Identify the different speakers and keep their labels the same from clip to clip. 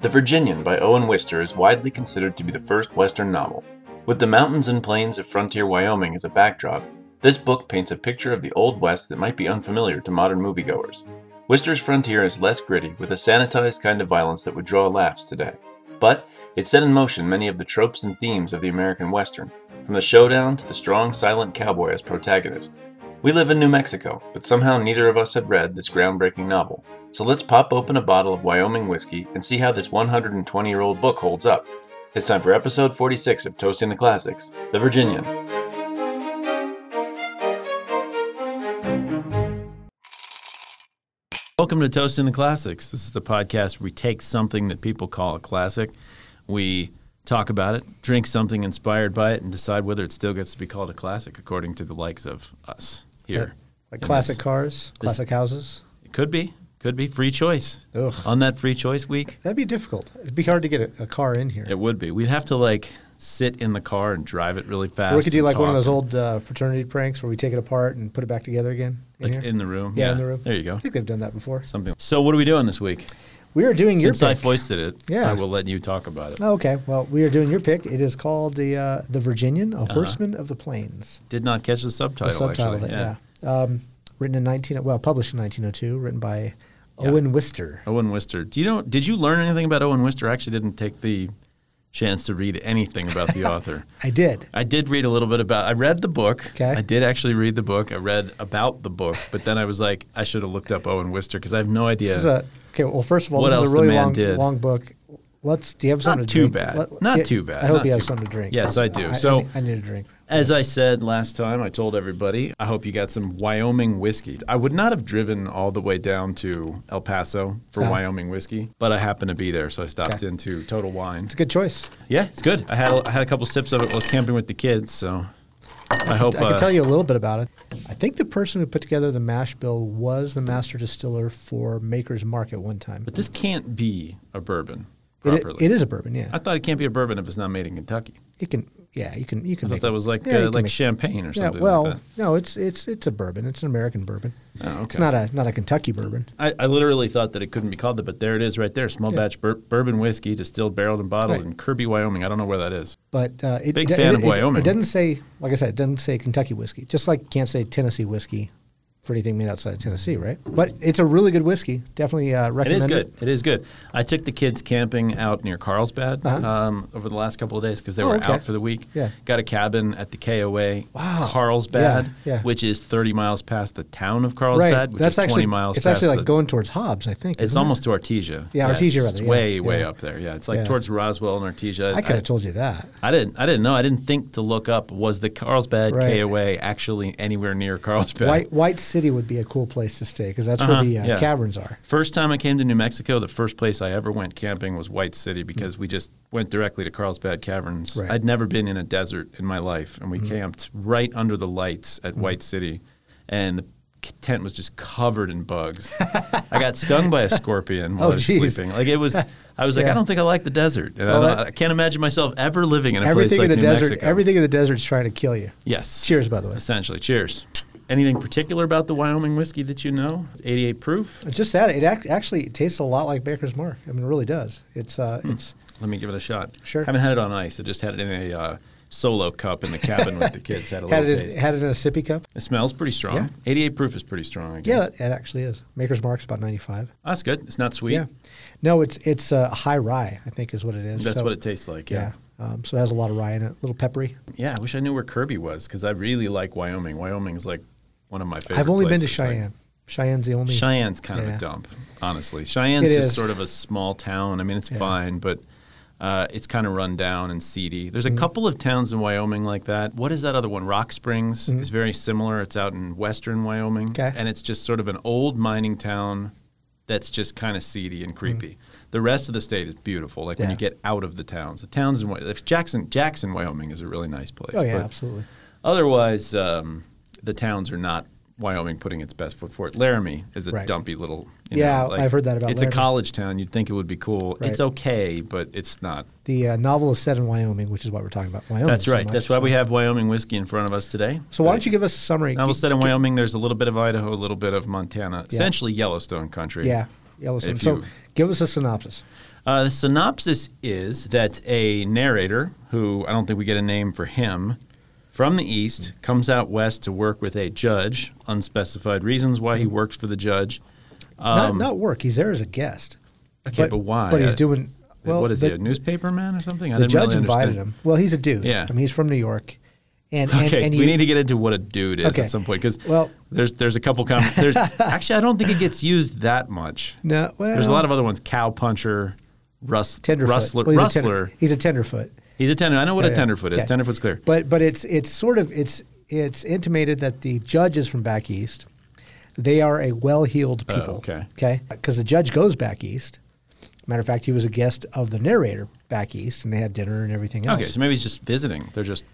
Speaker 1: The Virginian by Owen Wister is widely considered to be the first Western novel. With the mountains and plains of frontier Wyoming as a backdrop, this book paints a picture of the Old West that might be unfamiliar to modern moviegoers. Wister's frontier is less gritty, with a sanitized kind of violence that would draw laughs today. But it set in motion many of the tropes and themes of the American Western, from the showdown to the strong, silent cowboy as protagonist. We live in New Mexico, but somehow neither of us had read this groundbreaking novel. So let's pop open a bottle of Wyoming whiskey and see how this 120 year old book holds up. It's time for episode 46 of Toasting the Classics The Virginian. Welcome to Toasting the Classics. This is the podcast where we take something that people call a classic, we talk about it, drink something inspired by it, and decide whether it still gets to be called a classic according to the likes of us here.
Speaker 2: Like
Speaker 1: in
Speaker 2: classic
Speaker 1: this.
Speaker 2: cars, classic houses.
Speaker 1: It could be, could be free choice.
Speaker 2: Ugh.
Speaker 1: On that free choice week,
Speaker 2: That'd be difficult. It'd be hard to get a, a car in here.
Speaker 1: it would be. We'd have to like sit in the car and drive it really fast.
Speaker 2: Or we could do
Speaker 1: and
Speaker 2: like one of
Speaker 1: talk
Speaker 2: those old uh, fraternity pranks where we take it apart and put it back together again in
Speaker 1: like
Speaker 2: here.
Speaker 1: in the room.
Speaker 2: yeah, in the room.
Speaker 1: There you go.
Speaker 2: I think they've done that before.
Speaker 1: Something. So what are we doing this week?
Speaker 2: We are doing
Speaker 1: Since
Speaker 2: your
Speaker 1: I
Speaker 2: pick.
Speaker 1: foisted it,
Speaker 2: Yeah.
Speaker 1: I will let you talk about it.
Speaker 2: Oh, okay, well, we are doing your pick. It is called the uh, the Virginian, a horseman of the plains.
Speaker 1: Did not catch the subtitle.
Speaker 2: The subtitle.
Speaker 1: Uh-huh. Oh, actually.
Speaker 2: of it, yeah. Um, written in nineteen, well, published in nineteen oh two. Written by Owen Wister.
Speaker 1: Owen Wister. Do you know? Did you learn anything about Owen Wister? I actually didn't take the chance to read anything about the author.
Speaker 2: I did.
Speaker 1: I did read a little bit about. I read the book.
Speaker 2: 'Kay.
Speaker 1: I did actually read the book. I read about the book, but then I was like, I should have looked up Owen Wister because I have no idea.
Speaker 2: This is a, okay, well, first of all,
Speaker 1: What
Speaker 2: this
Speaker 1: else
Speaker 2: is a
Speaker 1: the
Speaker 2: really
Speaker 1: man
Speaker 2: long,
Speaker 1: did.
Speaker 2: long book. Let's. Do you have something
Speaker 1: Not
Speaker 2: to
Speaker 1: too
Speaker 2: drink?
Speaker 1: bad.
Speaker 2: Let-
Speaker 1: Not
Speaker 2: do-
Speaker 1: too bad.
Speaker 2: I hope
Speaker 1: Not
Speaker 2: you have
Speaker 1: too-
Speaker 2: something to drink.
Speaker 1: Yes, I do.
Speaker 2: I,
Speaker 1: So-
Speaker 2: I need, I need a drink.
Speaker 1: As I said last time, I told everybody, I hope you got some Wyoming whiskey. I would not have driven all the way down to El Paso for
Speaker 2: Uh-huh.
Speaker 1: Wyoming whiskey, but I happened to be there, so I stopped
Speaker 2: Okay.
Speaker 1: into Total Wine.
Speaker 2: It's a good choice.
Speaker 1: Yeah, it's good. I had a, I had a couple sips of it while I was camping with the kids, so I hope
Speaker 2: I can
Speaker 1: uh,
Speaker 2: tell you a little bit about it. I think the person who put together the mash bill was the master distiller for Maker's Mark at one time.
Speaker 1: But this can't be a bourbon
Speaker 2: It i-
Speaker 1: properly.
Speaker 2: it is a bourbon, yeah.
Speaker 1: I thought it can't be a bourbon if it's not made in Kentucky.
Speaker 2: it can, yeah, you can, you can.
Speaker 1: I
Speaker 2: make
Speaker 1: thought that was like
Speaker 2: yeah, you
Speaker 1: uh,
Speaker 2: can
Speaker 1: like
Speaker 2: make-
Speaker 1: champagne or
Speaker 2: Yeah,
Speaker 1: something.
Speaker 2: well,
Speaker 1: like that.
Speaker 2: no, it's it's it's a bourbon. It's an American bourbon.
Speaker 1: Oh,
Speaker 2: It's
Speaker 1: okay.
Speaker 2: not a not a Kentucky bourbon.
Speaker 1: I, I literally thought that it couldn't be called that, but there it is right there. Small
Speaker 2: Yeah.
Speaker 1: batch bur- bourbon whiskey distilled, barreled, and bottled
Speaker 2: Right.
Speaker 1: in Kirby, Wyoming. I don't know where that is.
Speaker 2: But uh, it,
Speaker 1: Big
Speaker 2: it-
Speaker 1: fan
Speaker 2: it-
Speaker 1: of
Speaker 2: it-
Speaker 1: Wyoming.
Speaker 2: It doesn't say, like I said, it doesn't say Kentucky whiskey. Just like you can't say Tennessee whiskey for anything made outside of Tennessee, right? But it's a really good whiskey. Definitely uh,
Speaker 1: It
Speaker 2: recommend
Speaker 1: is good. It is good. I took the kids camping out near Carlsbad
Speaker 2: Uh-huh.
Speaker 1: um, over the last couple of days because they
Speaker 2: Oh,
Speaker 1: were
Speaker 2: okay.
Speaker 1: out for the week.
Speaker 2: Yeah.
Speaker 1: Got a cabin at the KOA
Speaker 2: Wow.
Speaker 1: Carlsbad,
Speaker 2: Yeah, yeah.
Speaker 1: which is 30 miles past the town of Carlsbad, which is 20
Speaker 2: actually,
Speaker 1: miles
Speaker 2: It's
Speaker 1: past
Speaker 2: actually like
Speaker 1: the-
Speaker 2: going towards Hobbs, I think.
Speaker 1: It's
Speaker 2: isn't it?
Speaker 1: almost to Artesia.
Speaker 2: Yeah,
Speaker 1: it's-
Speaker 2: Artesia, rather,
Speaker 1: It's
Speaker 2: yeah,
Speaker 1: way, way
Speaker 2: yeah.
Speaker 1: up there. Yeah, it's like
Speaker 2: Yeah.
Speaker 1: towards Roswell and Artesia.
Speaker 2: I could have told you that.
Speaker 1: I didn't. I didn't know. I didn't think to look up was the Carlsbad
Speaker 2: Right.
Speaker 1: KOA actually anywhere near Carlsbad.
Speaker 2: White White City would be a cool place to stay because that's
Speaker 1: Uh-huh,
Speaker 2: where the uh,
Speaker 1: yeah.
Speaker 2: caverns are.
Speaker 1: First time I came to New Mexico, the first place I ever went camping was White City because we just went directly to Carlsbad Caverns.
Speaker 2: Mm. Right. Mm-hmm.
Speaker 1: I'd never been in a desert in my life, and we camped right under the lights at White City, and the k- tent was just covered in bugs. I got stung by a scorpion while
Speaker 2: Oh,
Speaker 1: I was
Speaker 2: geez.
Speaker 1: sleeping. Like it was, I was like, I
Speaker 2: Yeah.
Speaker 1: don't think I like the desert, and
Speaker 2: Well,
Speaker 1: I, don't,
Speaker 2: that-
Speaker 1: I can't imagine myself ever living in a
Speaker 2: Everything
Speaker 1: place like
Speaker 2: in the
Speaker 1: New
Speaker 2: desert,
Speaker 1: Mexico.
Speaker 2: everything in the desert's trying to kill you.
Speaker 1: Yes.
Speaker 2: Cheers, by the way.
Speaker 1: Essentially, cheers. Anything particular about the Wyoming whiskey that you know? 88 proof.
Speaker 2: Just that it act, actually it tastes a lot like Baker's Mark. I mean, it really does. It's uh,
Speaker 1: Hmm.
Speaker 2: it's
Speaker 1: Let me give it a shot.
Speaker 2: Sure.
Speaker 1: Haven't had it on ice. I just had it in a uh, solo cup in the cabin with the kids. Had a
Speaker 2: had
Speaker 1: little
Speaker 2: it
Speaker 1: taste.
Speaker 2: in, had it in a sippy cup.
Speaker 1: it smells pretty strong.
Speaker 2: Yeah.
Speaker 1: 88 proof is pretty strong. I guess.
Speaker 2: Yeah, that- it actually is. Maker's Mark's about ninety five.
Speaker 1: Oh, that's good. It's not sweet.
Speaker 2: Yeah, no, it's it's uh, high rye. I think is what it is.
Speaker 1: That's
Speaker 2: So-
Speaker 1: what it tastes like. Yeah.
Speaker 2: Um, so it has a lot of rye in it. A little peppery.
Speaker 1: yeah. I wish I knew where Kirby was because I really like Wyoming. Wyoming's like one of my favorite.
Speaker 2: I've only been to
Speaker 1: places. Like,
Speaker 2: Cheyenne. Cheyenne's the only.
Speaker 1: Cheyenne's kind of
Speaker 2: Yeah.
Speaker 1: a dump, honestly. Cheyenne's
Speaker 2: It
Speaker 1: just
Speaker 2: is.
Speaker 1: sort of a small town. I mean, it's fine, but uh, it's kind of run down and seedy. There's a
Speaker 2: Mm-hmm.
Speaker 1: couple of towns in Wyoming like that. What is that other one? Rock Springs
Speaker 2: Mm-hmm.
Speaker 1: is very similar. It's out in western Wyoming,
Speaker 2: 'Kay.
Speaker 1: and it's just sort of an old mining town that's just kind of seedy and creepy. The rest of the state is beautiful. Like when
Speaker 2: Mm-hmm. Yeah.
Speaker 1: you get out of the towns, the towns in Wy- if Jackson, Jackson, Wyoming is a really nice place.
Speaker 2: Oh yeah,
Speaker 1: but-
Speaker 2: absolutely.
Speaker 1: Otherwise, um, the towns are not Wyoming putting its best foot forward. Laramie is a
Speaker 2: Right.
Speaker 1: dumpy little.
Speaker 2: Yeah, I've heard that about
Speaker 1: It's
Speaker 2: Laramie.
Speaker 1: a college town. You'd think it would be cool.
Speaker 2: Right.
Speaker 1: It's okay, but it's not.
Speaker 2: The uh, novel is set in Wyoming, which is what we're talking about. Wyoming.
Speaker 1: That's
Speaker 2: so
Speaker 1: right.
Speaker 2: much,
Speaker 1: That's why
Speaker 2: so-
Speaker 1: we have Wyoming whiskey in front of us today.
Speaker 2: So why don't you give us a summary?
Speaker 1: Novel set in Wyoming. There's a little bit of Idaho, a little bit of Montana. Essentially Yellowstone country.
Speaker 2: Yeah, Yellowstone.
Speaker 1: If
Speaker 2: So
Speaker 1: you-
Speaker 2: give us a synopsis.
Speaker 1: Uh, the synopsis is that a narrator, who I don't think we get a name for him, from the East comes out West to work with a judge, unspecified reasons why he works for the judge.
Speaker 2: not not work. He's there as a guest.
Speaker 1: Okay, Um, but, why? uh,
Speaker 2: But he's doing. Well,
Speaker 1: what is
Speaker 2: the,
Speaker 1: he, a newspaper man or something? I
Speaker 2: The
Speaker 1: didn't
Speaker 2: judge
Speaker 1: really
Speaker 2: invited
Speaker 1: understand.
Speaker 2: him. Well, he's a dude.
Speaker 1: Yeah.
Speaker 2: I mean, he's from New York, and and,
Speaker 1: Okay,
Speaker 2: and
Speaker 1: we
Speaker 2: you-
Speaker 1: need to get into what a dude is
Speaker 2: Okay.
Speaker 1: at some point because
Speaker 2: Well-
Speaker 1: there's there's a couple com- there's actually I don't think it gets used that much.
Speaker 2: No, well,
Speaker 1: There's a lot of other ones: cow puncher, rust,
Speaker 2: tenderfoot.
Speaker 1: rustler,
Speaker 2: Well, he's a tender-
Speaker 1: rustler.
Speaker 2: he's a tenderfoot.
Speaker 1: he's a tender. I know what
Speaker 2: Yeah,
Speaker 1: a
Speaker 2: yeah.
Speaker 1: tenderfoot is.
Speaker 2: Okay.
Speaker 1: Tenderfoot's clear.
Speaker 2: But but it's it's sort of it's it's intimated that the judge is from back east. They are a well-heeled people.
Speaker 1: Oh, okay.
Speaker 2: Okay. Because the judge goes back east. Matter of fact, he was a guest of the narrator back east, and they had dinner and everything else.
Speaker 1: Okay, so maybe he's just visiting. They're just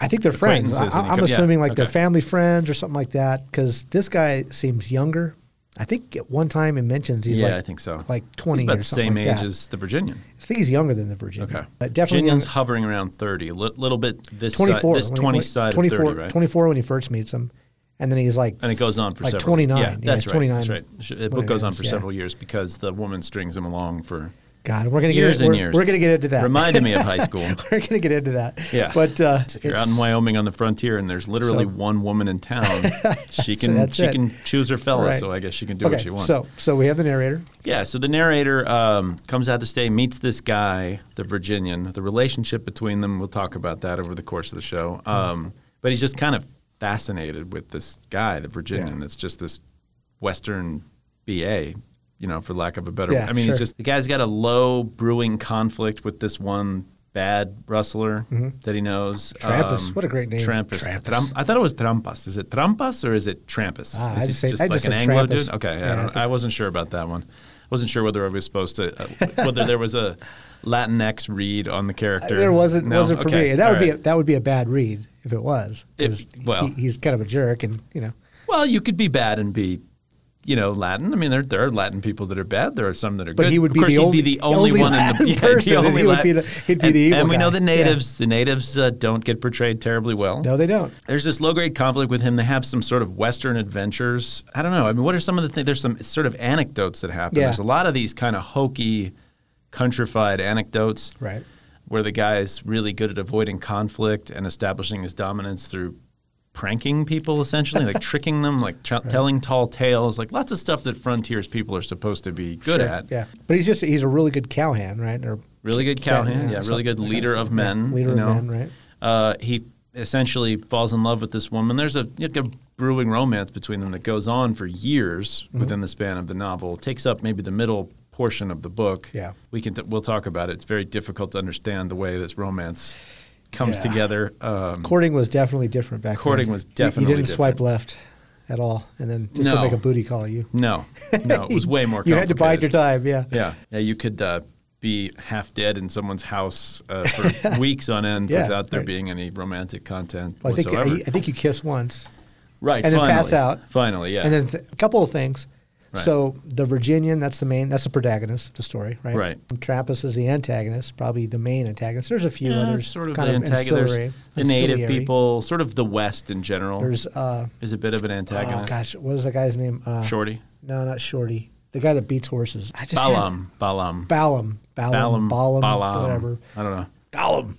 Speaker 2: I think they're friends. I,
Speaker 1: acquaintances and he
Speaker 2: I'm
Speaker 1: comes- yeah,
Speaker 2: assuming like they're
Speaker 1: okay.
Speaker 2: family friends or something like that. Because this guy seems younger. I think at one time it mentions he's
Speaker 1: yeah,
Speaker 2: like
Speaker 1: I think so.
Speaker 2: like 20
Speaker 1: He's about
Speaker 2: or
Speaker 1: the
Speaker 2: something
Speaker 1: same
Speaker 2: like
Speaker 1: age
Speaker 2: that.
Speaker 1: as the Virginian.
Speaker 2: I think he's younger than the Virginian.
Speaker 1: Okay,
Speaker 2: But definitely
Speaker 1: Virginian's
Speaker 2: younger-
Speaker 1: hovering around thirty, a little bit this side-
Speaker 2: 24.
Speaker 1: this
Speaker 2: when he-
Speaker 1: twenty
Speaker 2: when-
Speaker 1: side of thirty, right?
Speaker 2: 24 when he first meets him, and then he's like,
Speaker 1: and it goes on for
Speaker 2: Like
Speaker 1: several.
Speaker 2: 29,
Speaker 1: Yeah,
Speaker 2: yeah,
Speaker 1: that's right.
Speaker 2: 29
Speaker 1: That's right. Sh- The
Speaker 2: when
Speaker 1: book
Speaker 2: it
Speaker 1: goes on
Speaker 2: ends,
Speaker 1: for
Speaker 2: yeah.
Speaker 1: several years because the woman strings him along for
Speaker 2: God, we're gonna
Speaker 1: years
Speaker 2: get
Speaker 1: and
Speaker 2: we're,
Speaker 1: years.
Speaker 2: We're gonna get into that.
Speaker 1: Reminded me of high school.
Speaker 2: we're gonna get into that.
Speaker 1: Yeah.
Speaker 2: But uh,
Speaker 1: If you're out in
Speaker 2: it's-
Speaker 1: Wyoming on the frontier and there's literally
Speaker 2: So-
Speaker 1: one woman in town, she can
Speaker 2: that's
Speaker 1: she
Speaker 2: it.
Speaker 1: can choose her fella.
Speaker 2: Right.
Speaker 1: So I guess she can do
Speaker 2: okay,
Speaker 1: what she wants.
Speaker 2: so so we have the narrator.
Speaker 1: Yeah, so the narrator um, comes out to stay, meets this guy, the Virginian. The relationship between them, we'll talk about that over the course of the show. Um, but he's just kind of fascinated with this guy, the Virginian, that's just this Western BA, you know, for lack of a better
Speaker 2: Yeah,
Speaker 1: I mean,
Speaker 2: sure.
Speaker 1: he's just the guy's got a low brewing conflict with this one bad rustler that he knows. Um,
Speaker 2: Trampas. Mm-hmm. What a great name.
Speaker 1: Trampus.
Speaker 2: Trampas.
Speaker 1: I thought it was Trampas. Is it Trampas or is it Trampas?
Speaker 2: Ah, I
Speaker 1: is it
Speaker 2: just say- I just
Speaker 1: like an
Speaker 2: said
Speaker 1: Anglo
Speaker 2: Trampas.
Speaker 1: dude? Okay,
Speaker 2: Yeah,
Speaker 1: I,
Speaker 2: I
Speaker 1: don't,
Speaker 2: think-
Speaker 1: I wasn't sure about that one. I wasn't sure whether I was supposed to, uh, whether there was a Latinx read on the character.
Speaker 2: There wasn't
Speaker 1: No?
Speaker 2: wasn't for
Speaker 1: Okay,
Speaker 2: me. That
Speaker 1: all
Speaker 2: would be a,
Speaker 1: right.
Speaker 2: that would be a bad read if it was. 'cause
Speaker 1: If- well-
Speaker 2: he, he's kind of a jerk, and you know,
Speaker 1: well, you could be bad and be, you know, Latin. I mean, there, there are Latin people that are bad. There are some that are
Speaker 2: But
Speaker 1: good.
Speaker 2: he would
Speaker 1: of
Speaker 2: be
Speaker 1: course,
Speaker 2: the
Speaker 1: he'd
Speaker 2: only-
Speaker 1: be the only,
Speaker 2: only
Speaker 1: one in
Speaker 2: Latin
Speaker 1: the, yeah, he'd
Speaker 2: person,
Speaker 1: the
Speaker 2: and
Speaker 1: only
Speaker 2: he would
Speaker 1: Lat-
Speaker 2: be the- he'd be
Speaker 1: and,
Speaker 2: the evil
Speaker 1: And we know
Speaker 2: guy.
Speaker 1: the
Speaker 2: Yeah.
Speaker 1: natives. The natives uh, don't get portrayed terribly well.
Speaker 2: no, they don't.
Speaker 1: there's this low grade conflict with him. They have some sort of Western adventures. I don't know. I mean, what are some of the things? There's some sort of anecdotes that happen.
Speaker 2: Yeah.
Speaker 1: There's a lot of these kind of hokey, countrified anecdotes.
Speaker 2: Right.
Speaker 1: Where the guy's really good at avoiding conflict and establishing his dominance through pranking people, essentially, like tricking them, like tr- telling tall tales, like lots of stuff that frontiers people are supposed to be good
Speaker 2: Sure,
Speaker 1: at.
Speaker 2: Yeah. But he's just he's a really good cowhand, right? Or
Speaker 1: Really good
Speaker 2: Cat-
Speaker 1: cowhand.
Speaker 2: yeah,
Speaker 1: Yeah, really good
Speaker 2: something like
Speaker 1: leader
Speaker 2: that.
Speaker 1: of
Speaker 2: Yeah,
Speaker 1: men.
Speaker 2: leader
Speaker 1: you
Speaker 2: of
Speaker 1: know.
Speaker 2: men, right.
Speaker 1: Uh, he essentially falls in love with this woman. There's a, like a brewing romance between them that goes on for years
Speaker 2: Mm-hmm.
Speaker 1: within the span of the novel. It takes up maybe the middle portion of the book.
Speaker 2: Yeah.
Speaker 1: we can t- we'll talk about it. It's very difficult to understand the way this romance comes
Speaker 2: Yeah.
Speaker 1: together. Um,
Speaker 2: courting was definitely different back
Speaker 1: Courting
Speaker 2: then.
Speaker 1: was
Speaker 2: You-
Speaker 1: definitely
Speaker 2: You didn't swipe
Speaker 1: different.
Speaker 2: left at all, and then just
Speaker 1: No.
Speaker 2: go make a booty call at you.
Speaker 1: no, no, it was way more.
Speaker 2: You had to bide
Speaker 1: complicated.
Speaker 2: your time. Yeah.
Speaker 1: Yeah, yeah, you could uh, be half dead in someone's house uh, for weeks on end
Speaker 2: Yeah,
Speaker 1: without there
Speaker 2: right.
Speaker 1: being any romantic content
Speaker 2: Well, I think I,
Speaker 1: whatsoever.
Speaker 2: I think you kiss once,
Speaker 1: right,
Speaker 2: and then
Speaker 1: finally,
Speaker 2: pass out.
Speaker 1: Finally, yeah,
Speaker 2: and then th- a couple of things.
Speaker 1: Right.
Speaker 2: So the Virginian, that's the main, that's the protagonist of the story, right?
Speaker 1: Right.
Speaker 2: Trappist is the antagonist, probably the main antagonist. There's a few
Speaker 1: Yeah,
Speaker 2: others,
Speaker 1: sort of
Speaker 2: kind
Speaker 1: the
Speaker 2: of
Speaker 1: antagonist,
Speaker 2: ancillary-
Speaker 1: the native
Speaker 2: ancillary.
Speaker 1: people, sort of the West in general
Speaker 2: There's uh,
Speaker 1: is a bit of an
Speaker 2: oh
Speaker 1: antagonist.
Speaker 2: gosh, what is that guy's name? Uh,
Speaker 1: Shorty,
Speaker 2: No, not Shorty. The guy that beats horses. I just had-
Speaker 1: Balaam, Balaam,
Speaker 2: Balaam. Balaam.
Speaker 1: Balaam,
Speaker 2: Balaam.
Speaker 1: Balaam,
Speaker 2: Whatever.
Speaker 1: I don't know.
Speaker 2: Gollum.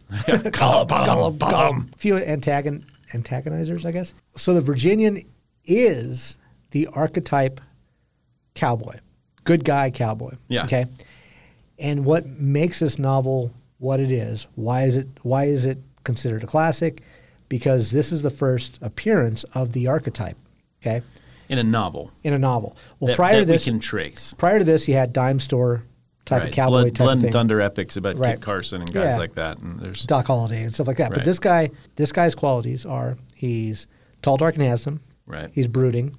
Speaker 2: Gollum. Gollum. Gollum. Few antagon- antagonizers, I guess. So the Virginian is the archetype cowboy, good guy cowboy.
Speaker 1: Yeah.
Speaker 2: Okay. And what makes this novel what it is? Why is it? Why is it considered a classic? Because this is the first appearance of the archetype. Okay.
Speaker 1: In a novel
Speaker 2: In a novel. Well,
Speaker 1: that,
Speaker 2: prior
Speaker 1: that
Speaker 2: to this,
Speaker 1: we can trace.
Speaker 2: prior to this, you had dime store type of
Speaker 1: Right.
Speaker 2: cowboy
Speaker 1: Blood,
Speaker 2: type
Speaker 1: Blood
Speaker 2: of
Speaker 1: and
Speaker 2: thing.
Speaker 1: Thunder epics about
Speaker 2: Right.
Speaker 1: Kid Carson and guys
Speaker 2: Yeah.
Speaker 1: like that. And there's
Speaker 2: Doc Holliday and stuff like that.
Speaker 1: Right.
Speaker 2: But this guy, this guy's qualities are he's tall, dark, and handsome.
Speaker 1: Right. Mm-hmm.
Speaker 2: He's brooding.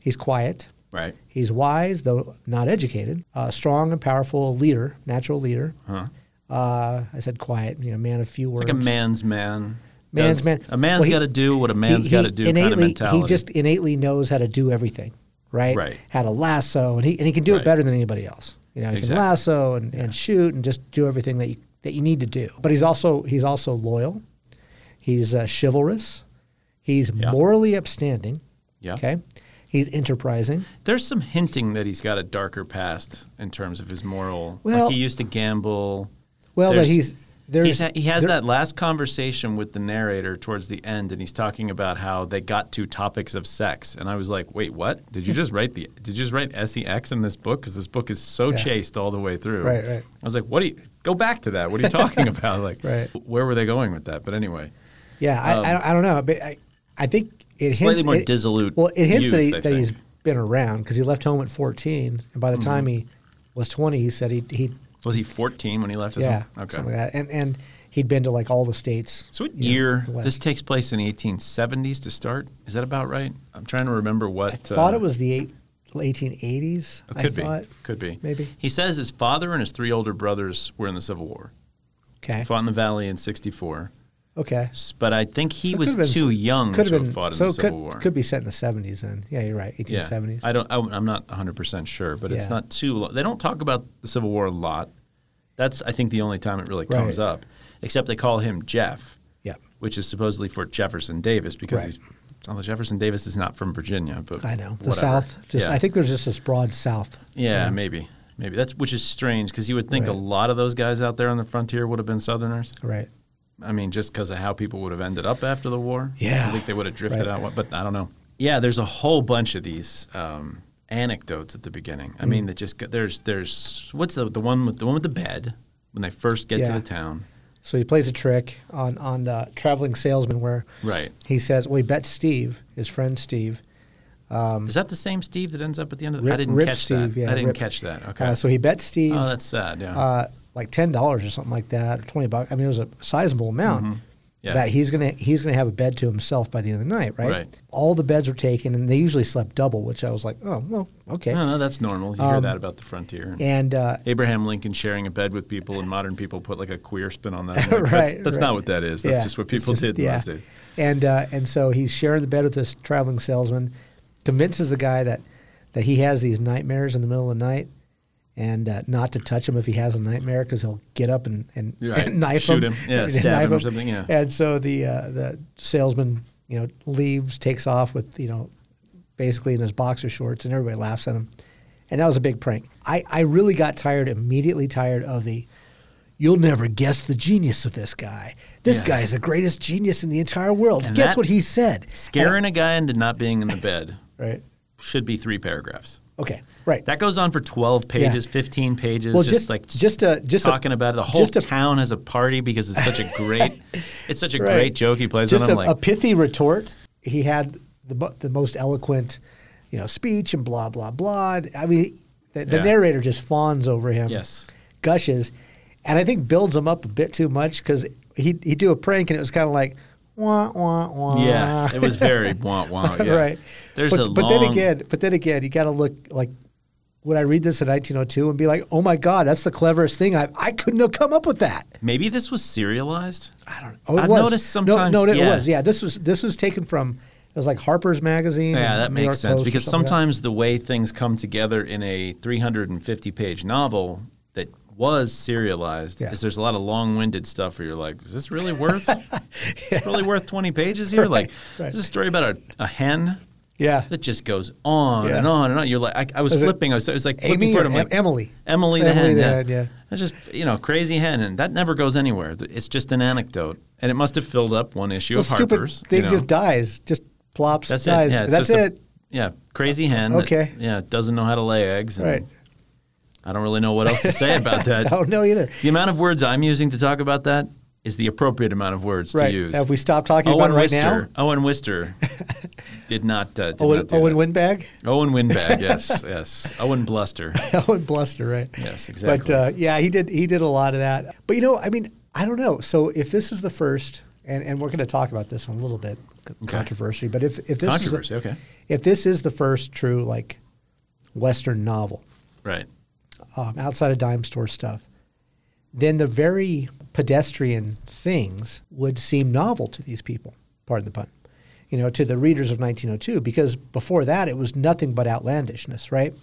Speaker 2: He's quiet.
Speaker 1: right,
Speaker 2: He's wise, though not educated. Uh, strong and powerful leader, natural leader. Uh, I said quiet. You know, man of few words.
Speaker 1: like a man's man.
Speaker 2: Man's
Speaker 1: does-
Speaker 2: man.
Speaker 1: A man's
Speaker 2: Well, he-
Speaker 1: got to do what a
Speaker 2: He-
Speaker 1: man's
Speaker 2: he
Speaker 1: got to do. kind of
Speaker 2: innately-
Speaker 1: mentality.
Speaker 2: He just innately knows how to do everything, right?
Speaker 1: Right.
Speaker 2: How to lasso, and he and he can do
Speaker 1: Right.
Speaker 2: it better than anybody else. You know, he
Speaker 1: Exactly.
Speaker 2: can lasso and, and shoot and just do everything that you that you need to do. But he's also he's also loyal. He's uh, chivalrous. He's morally upstanding.
Speaker 1: Yeah.
Speaker 2: Okay. He's enterprising.
Speaker 1: There's some hinting that he's got a darker past in terms of his moral.
Speaker 2: Well-
Speaker 1: like he used to gamble.
Speaker 2: Well, but
Speaker 1: There's-
Speaker 2: he's there's
Speaker 1: he's ha- he has
Speaker 2: there-
Speaker 1: that last conversation with the narrator towards the end, and he's talking about how they got to topics of sex, and I was like, "Wait, what? Did you just write the? Did you just write sex in this book? Because this book is so chaste all the way through."
Speaker 2: Right, right.
Speaker 1: I was like, "What? Are you, go back to that. What are you talking about? Like,
Speaker 2: Right.
Speaker 1: where were they going with that?" But anyway,
Speaker 2: Yeah, I, I, I don't know, but I, I think it
Speaker 1: Um, Slightly
Speaker 2: hints
Speaker 1: more
Speaker 2: it-
Speaker 1: dissolute
Speaker 2: Well, it hints that, he,
Speaker 1: youth, I
Speaker 2: that he's
Speaker 1: think. Mm-hmm.
Speaker 2: been around because he left home at fourteen, and by the time he was twenty, he said he he
Speaker 1: was he 14 when he left? his
Speaker 2: yeah
Speaker 1: home? Okay.
Speaker 2: something like that, and and he'd been to like all the states.
Speaker 1: So what
Speaker 2: you know,
Speaker 1: year
Speaker 2: the West.
Speaker 1: this takes place in the 1870s to start? Is that about right? I'm trying to remember what.
Speaker 2: I thought it was the eight, 1880s.
Speaker 1: uh, It could
Speaker 2: I thought.
Speaker 1: be. Could be.
Speaker 2: maybe.
Speaker 1: He says his father and his three older brothers were in the Civil War.
Speaker 2: Okay.
Speaker 1: Fought in the Valley in 64.
Speaker 2: Okay.
Speaker 1: S- But I think he
Speaker 2: So it
Speaker 1: was
Speaker 2: could've been-
Speaker 1: too young to
Speaker 2: could've
Speaker 1: have fought in
Speaker 2: so
Speaker 1: the
Speaker 2: it
Speaker 1: Civil
Speaker 2: could,
Speaker 1: War.
Speaker 2: Could be set in the 70s then. Yeah, you're right. 1870s.
Speaker 1: I don't. I, am not 100 percent sure, but it's
Speaker 2: Yeah.
Speaker 1: not too. Lo- they don't talk about the Civil War a lot. That's I think the only time it really comes
Speaker 2: Right.
Speaker 1: up. Except they call him Jeff.
Speaker 2: Yeah.
Speaker 1: Which is supposedly for Jefferson Davis because
Speaker 2: Right.
Speaker 1: he's. Although Jefferson Davis is not from Virginia, but
Speaker 2: I know. The
Speaker 1: whatever.
Speaker 2: South. Just
Speaker 1: Yeah.
Speaker 2: I think there's just this broad South.
Speaker 1: Yeah, maybe, maybe that's which is strange because you would think a
Speaker 2: Right.
Speaker 1: lot of those guys out there on the frontier would have been Southerners.
Speaker 2: Right.
Speaker 1: I mean, just because of how people would have ended up after the war.
Speaker 2: Yeah.
Speaker 1: I think they would have drifted
Speaker 2: Right.
Speaker 1: out, but I don't know. Yeah, there's a whole bunch of these um, anecdotes at the beginning. I
Speaker 2: Mm.
Speaker 1: mean, that just go- there's there's what's the the one with the one with the bed when they first get to
Speaker 2: Yeah.
Speaker 1: the town.
Speaker 2: So he plays a trick on on uh, traveling salesman where
Speaker 1: Right.
Speaker 2: he says, well, he bets Steve, his friend Steve.
Speaker 1: Is that the same Steve that ends up at the end of? I
Speaker 2: Um, Rip-
Speaker 1: didn't
Speaker 2: Rip
Speaker 1: catch
Speaker 2: Steve,
Speaker 1: that.
Speaker 2: yeah,
Speaker 1: I didn't
Speaker 2: Rip.
Speaker 1: catch that. Okay.
Speaker 2: Uh, so he bet Steve
Speaker 1: oh, that's sad. Yeah.
Speaker 2: uh, like ten dollars or something like that, or twenty bucks. I mean, it was a sizable amount
Speaker 1: Mm-hmm. Yeah.
Speaker 2: that he's gonna he's gonna have a bed to himself by the end of the night, right?
Speaker 1: Right.
Speaker 2: All the beds were taken, and they usually slept double, which I was like, oh well, okay.
Speaker 1: no, no, that's normal. You
Speaker 2: um,
Speaker 1: hear that about the frontier. and-
Speaker 2: And uh,
Speaker 1: Abraham Lincoln sharing a bed with people, and modern people put like a queer spin on that. I'm like,
Speaker 2: Right,
Speaker 1: that's that's
Speaker 2: right.
Speaker 1: not what that is. That's
Speaker 2: yeah,
Speaker 1: just what
Speaker 2: it's
Speaker 1: people
Speaker 2: just-
Speaker 1: did in
Speaker 2: yeah.
Speaker 1: those days.
Speaker 2: And uh, and so he's sharing the bed with this traveling salesman, convinces the guy that that he has these nightmares in the middle of the night. And uh, not to touch him if he has a nightmare because he'll get up and, and,
Speaker 1: You're right.
Speaker 2: and knife
Speaker 1: Shoot
Speaker 2: him,
Speaker 1: him. Yeah, stab
Speaker 2: knife
Speaker 1: him or something, yeah.
Speaker 2: And so the uh, the salesman, you know, leaves, takes off with you know, basically in his boxer shorts, and everybody laughs at him. And that was a big prank. I, I really got tired immediately tired of the, you'll never guess the genius of this guy. This
Speaker 1: Yeah.
Speaker 2: guy is the greatest genius in the entire world.
Speaker 1: And
Speaker 2: guess
Speaker 1: that-
Speaker 2: what he said?
Speaker 1: Scaring a guy into not being in the bed
Speaker 2: Right.
Speaker 1: should be three paragraphs.
Speaker 2: Okay. Right.
Speaker 1: That goes on for 12 pages, 15 pages,
Speaker 2: well,
Speaker 1: just,
Speaker 2: just
Speaker 1: like
Speaker 2: just a just a-
Speaker 1: talking about it. The whole
Speaker 2: just a-
Speaker 1: town has a party because it's such a great, it's such a
Speaker 2: Right.
Speaker 1: great joke he plays
Speaker 2: just
Speaker 1: on.
Speaker 2: a,
Speaker 1: I'm like,
Speaker 2: a pithy retort. He had the mo- the most eloquent, you know, speech and blah blah blah. I mean, the, the
Speaker 1: Yeah.
Speaker 2: narrator just fawns over him.
Speaker 1: Yes.
Speaker 2: gushes, and I think builds him up a bit too much because he he do a prank and it was kind of like wah wah wah.
Speaker 1: yeah, it was very wah wah. Yeah.
Speaker 2: right.
Speaker 1: There's
Speaker 2: but,
Speaker 1: a
Speaker 2: but
Speaker 1: long,
Speaker 2: then again, but then again, you got to look like. Would I read this in 1902 and be like, "Oh my God, that's the cleverest thing! I I couldn't have come up with that."
Speaker 1: maybe this was serialized.
Speaker 2: I don't. Oh, it
Speaker 1: I've
Speaker 2: was.
Speaker 1: noticed sometimes-
Speaker 2: No, no, it
Speaker 1: yeah.
Speaker 2: was. Yeah, this was this was taken from. It was like Harper's Magazine.
Speaker 1: Yeah,
Speaker 2: and
Speaker 1: that
Speaker 2: New York
Speaker 1: makes sense
Speaker 2: Post or
Speaker 1: because
Speaker 2: something like that.
Speaker 1: sometimes the way things come together in a 350 page novel that was serialized
Speaker 2: Yeah.
Speaker 1: is there's a lot of long winded stuff where you're like, is this really worth? Is this really worth 20 pages here? Like,
Speaker 2: right.
Speaker 1: this is a story about a, a hen.
Speaker 2: Yeah.
Speaker 1: That just goes on
Speaker 2: Yeah.
Speaker 1: and on and on. You're like, I, I was,
Speaker 2: Was it
Speaker 1: flipping. I was, I was like,
Speaker 2: Amy
Speaker 1: flipping for it.
Speaker 2: or
Speaker 1: I'm
Speaker 2: Em-
Speaker 1: like,
Speaker 2: Emily?
Speaker 1: Emily the
Speaker 2: Emily
Speaker 1: hen.
Speaker 2: the
Speaker 1: yeah.
Speaker 2: hen, yeah.
Speaker 1: That's just you know crazy hen, and that never goes anywhere. It's just an anecdote, and it must have filled up one issue
Speaker 2: the
Speaker 1: of
Speaker 2: stupid
Speaker 1: Harper's. you
Speaker 2: thing
Speaker 1: know.
Speaker 2: just dies, just plops,
Speaker 1: That's
Speaker 2: dies.
Speaker 1: it. Yeah, it's
Speaker 2: that's
Speaker 1: just a-
Speaker 2: it.
Speaker 1: yeah, crazy hen. that,
Speaker 2: Okay.
Speaker 1: yeah, doesn't know how to lay eggs. and
Speaker 2: Right. Oh,
Speaker 1: I don't really know what else to say about that.
Speaker 2: I don't know either.
Speaker 1: The amount of words I'm using to talk about that is the appropriate amount of words
Speaker 2: Right.
Speaker 1: to use.
Speaker 2: Now, if we stop talking
Speaker 1: Owen
Speaker 2: about it right
Speaker 1: Wister.
Speaker 2: now,
Speaker 1: Owen Wister did not. Uh, did
Speaker 2: Owen,
Speaker 1: not do
Speaker 2: Owen
Speaker 1: that.
Speaker 2: Winbag,
Speaker 1: Owen Winbag. Yes, yes. Owen Bluster.
Speaker 2: Owen Bluster, right?
Speaker 1: Yes,
Speaker 2: But
Speaker 1: exactly.
Speaker 2: uh, yeah, he did he did a lot of that. But you know, I mean, I don't know. So if this is the first, and, and we're going to talk about this in a little bit, c- controversy. But if if this is
Speaker 1: Controversy,
Speaker 2: the-
Speaker 1: okay.
Speaker 2: if this is the first true like Western novel
Speaker 1: Right.
Speaker 2: um, outside of dime store stuff, then the very pedestrian things would seem novel to these people. Pardon the pun. You know, to the readers of 1902, because before that it was nothing but outlandishness, right?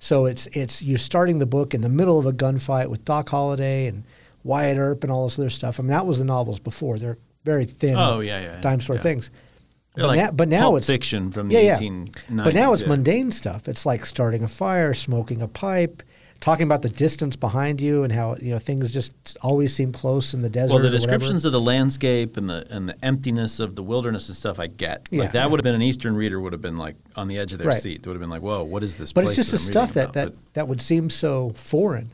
Speaker 2: So it's it's you're starting the book in the middle of a gunfight with Doc Holliday and Wyatt Earp and all this other stuff. I mean, that was the novels before. They're very thin.
Speaker 1: Oh, yeah, yeah, yeah.
Speaker 2: dime store
Speaker 1: Yeah.
Speaker 2: things. But, now, but now
Speaker 1: Pulp
Speaker 2: it's
Speaker 1: fiction from the
Speaker 2: yeah, yeah.
Speaker 1: 1890s.
Speaker 2: But now it's
Speaker 1: yeah.
Speaker 2: mundane stuff. It's like starting a fire, smoking a pipe, talking about the distance behind you and how you know things just always seem close in the desert.
Speaker 1: Well, the
Speaker 2: or whatever.
Speaker 1: descriptions of the landscape and the and the emptiness of the wilderness and stuff, I get.
Speaker 2: Yeah,
Speaker 1: like that
Speaker 2: yeah.
Speaker 1: would have been an Eastern reader would have been like on the edge of their
Speaker 2: Right.
Speaker 1: seat. They would have been like, "Whoa, what is this?"
Speaker 2: But
Speaker 1: place
Speaker 2: it's just the
Speaker 1: I'm
Speaker 2: stuff
Speaker 1: reading
Speaker 2: that
Speaker 1: about? Mm-hmm.
Speaker 2: that, that would seem so foreign,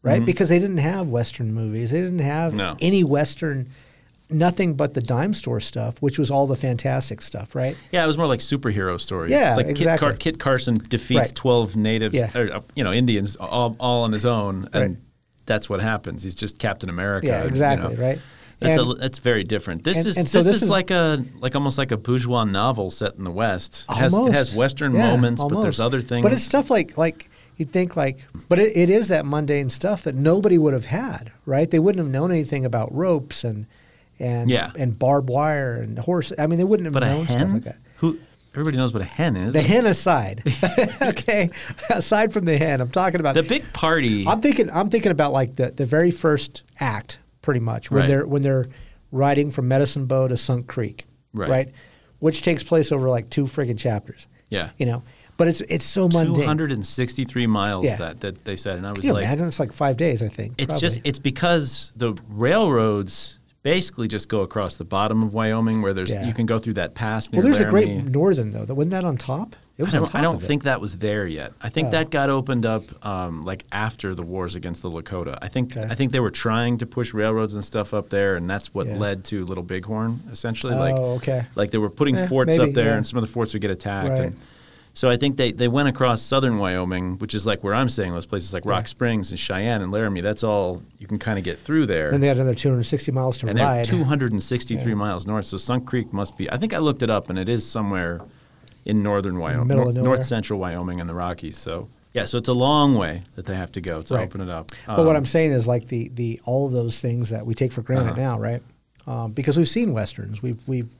Speaker 2: right? Because they didn't have Western movies. They didn't have
Speaker 1: No.
Speaker 2: any Western, nothing but the dime store stuff, which was all the fantastic stuff, right?
Speaker 1: But- yeah, it was more like superhero stories.
Speaker 2: Yeah,
Speaker 1: it's like
Speaker 2: exactly.
Speaker 1: Kit, Car- Kit Carson defeats
Speaker 2: Right.
Speaker 1: twelve natives,
Speaker 2: Yeah.
Speaker 1: or, uh, you know, Indians all, all on his own, and
Speaker 2: Right.
Speaker 1: that's what happens. He's just Captain America.
Speaker 2: Yeah,
Speaker 1: and, you
Speaker 2: exactly,
Speaker 1: know.
Speaker 2: right?
Speaker 1: That's
Speaker 2: And-
Speaker 1: a, that's very different. This
Speaker 2: and-
Speaker 1: is
Speaker 2: and so
Speaker 1: this,
Speaker 2: this
Speaker 1: is,
Speaker 2: is-
Speaker 1: like a like almost like a bourgeois novel set in the West. It has, it
Speaker 2: Almost.
Speaker 1: has Western
Speaker 2: Yeah,
Speaker 1: moments, but
Speaker 2: almost.
Speaker 1: there's other things.
Speaker 2: But it's stuff like like you'd think like, but it, it is that mundane stuff that nobody would have had, right? They wouldn't have known anything about ropes and and
Speaker 1: Yeah.
Speaker 2: and barbed wire and horse. I mean, they wouldn't have
Speaker 1: but a
Speaker 2: known stuff
Speaker 1: hen.
Speaker 2: like that.
Speaker 1: Who everybody knows what a hen is.
Speaker 2: The hen aside, okay. Aside from the hen, I'm talking about
Speaker 1: The big party.
Speaker 2: I'm thinking. I'm thinking about like the, the very first act, pretty much when
Speaker 1: Right.
Speaker 2: they're when they're riding from Medicine Bow to Sunk Creek,
Speaker 1: Right.
Speaker 2: Which takes place over like two friggin' chapters.
Speaker 1: Yeah.
Speaker 2: you know, but it's it's so mundane.
Speaker 1: 263 miles
Speaker 2: Yeah.
Speaker 1: that, that they said. And I was
Speaker 2: Can you
Speaker 1: like,
Speaker 2: imagine? It's like five days, I think.
Speaker 1: it's
Speaker 2: probably.
Speaker 1: just, it's because the railroads basically just go across the bottom of Wyoming where there's,
Speaker 2: Yeah.
Speaker 1: you can go through that pass near
Speaker 2: well, there's a great
Speaker 1: Laramie.
Speaker 2: northern though. That wasn't that on top. It was
Speaker 1: I
Speaker 2: on
Speaker 1: don't,
Speaker 2: top.
Speaker 1: I don't
Speaker 2: of it.
Speaker 1: think that was there yet. I think that got opened up um, like after the wars against the Lakota. I think I think they were trying to push railroads and stuff up there, and that's what
Speaker 2: Yeah.
Speaker 1: led to Little Bighorn essentially.
Speaker 2: Oh,
Speaker 1: like,
Speaker 2: okay.
Speaker 1: like they were putting
Speaker 2: Eh,
Speaker 1: forts
Speaker 2: maybe,
Speaker 1: up there,
Speaker 2: yeah.
Speaker 1: and some of the forts would get attacked.
Speaker 2: Right.
Speaker 1: And so I think they, they went across southern Wyoming, which is like where I'm staying. Those places like Rock Springs and Cheyenne and Laramie. That's all you can kind of get through there.
Speaker 2: Then they had another 260 miles to
Speaker 1: and they're
Speaker 2: ride.
Speaker 1: 263 miles north. So Sunk Creek must be. I think I looked it up, and it is somewhere in northern Wyoming,
Speaker 2: middle of nowhere.
Speaker 1: north central Wyoming, and the Rockies. So yeah, so it's a long way that they have to go to
Speaker 2: Right.
Speaker 1: open it up.
Speaker 2: But what
Speaker 1: Um, Uh-huh.
Speaker 2: I'm saying is like the the all of those things that we take for granted now, right? Um, because we've seen westerns. We've we've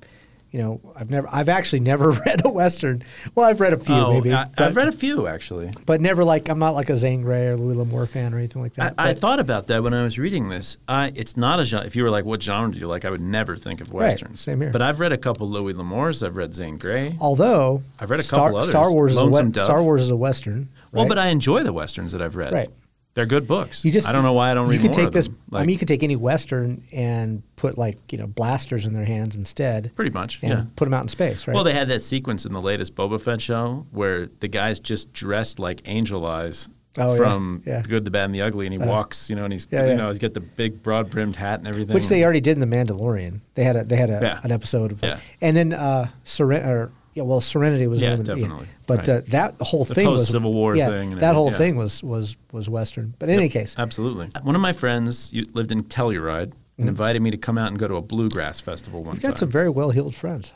Speaker 2: you know I've never I've actually never read a western. Well, I've read a few
Speaker 1: oh,
Speaker 2: maybe,
Speaker 1: I,
Speaker 2: but,
Speaker 1: I've read a few actually.
Speaker 2: but never like I'm not like a Zane Grey or Louis L'Amour fan or anything like that.
Speaker 1: I, I
Speaker 2: but-
Speaker 1: thought about that when I was reading this. I, it's not a genre. If you were like, "What genre do you like?" I would never think of westerns.
Speaker 2: same here.
Speaker 1: But I've read a couple Louis L'Amour's. I've read Zane Grey.
Speaker 2: although
Speaker 1: I've read a
Speaker 2: Star,
Speaker 1: couple others.
Speaker 2: Star Wars is a
Speaker 1: Lonesome
Speaker 2: we-
Speaker 1: Dove.
Speaker 2: Star Wars is a western.
Speaker 1: Well,
Speaker 2: right?
Speaker 1: but I enjoy the westerns that I've read.
Speaker 2: Right.
Speaker 1: They're good books.
Speaker 2: You just
Speaker 1: I don't know why I don't
Speaker 2: you
Speaker 1: read
Speaker 2: could
Speaker 1: more
Speaker 2: take
Speaker 1: of
Speaker 2: this.
Speaker 1: them.
Speaker 2: I
Speaker 1: Like,
Speaker 2: mean, you could take any western and put like you know blasters in their hands instead,
Speaker 1: pretty much.
Speaker 2: and
Speaker 1: yeah.
Speaker 2: put them out in space, right?
Speaker 1: Well, they had that sequence in the latest Boba Fett show where the guy's just dressed like Angel Eyes
Speaker 2: Oh, yeah,
Speaker 1: from
Speaker 2: yeah. Uh-huh.
Speaker 1: The Good, the Bad, and the Ugly, and he walks, you know, and he's
Speaker 2: yeah,
Speaker 1: you
Speaker 2: yeah.
Speaker 1: know he's got the big broad brimmed hat and everything.
Speaker 2: Which they already did in the Mandalorian. They had a they had a,
Speaker 1: Yeah.
Speaker 2: an episode of
Speaker 1: Yeah.
Speaker 2: and then uh, Seren- or yeah, well, Serenity was
Speaker 1: Yeah,
Speaker 2: another-
Speaker 1: definitely.
Speaker 2: But
Speaker 1: Right.
Speaker 2: uh, that whole thing was
Speaker 1: post-Civil War
Speaker 2: yeah,
Speaker 1: thing and
Speaker 2: that whole
Speaker 1: everything,
Speaker 2: thing was was was Western. But in any case,
Speaker 1: Absolutely. One of my friends you- lived in Telluride and invited me to come out and go to a bluegrass festival one
Speaker 2: you've Mm-hmm. got
Speaker 1: time.
Speaker 2: some very well heeled friends,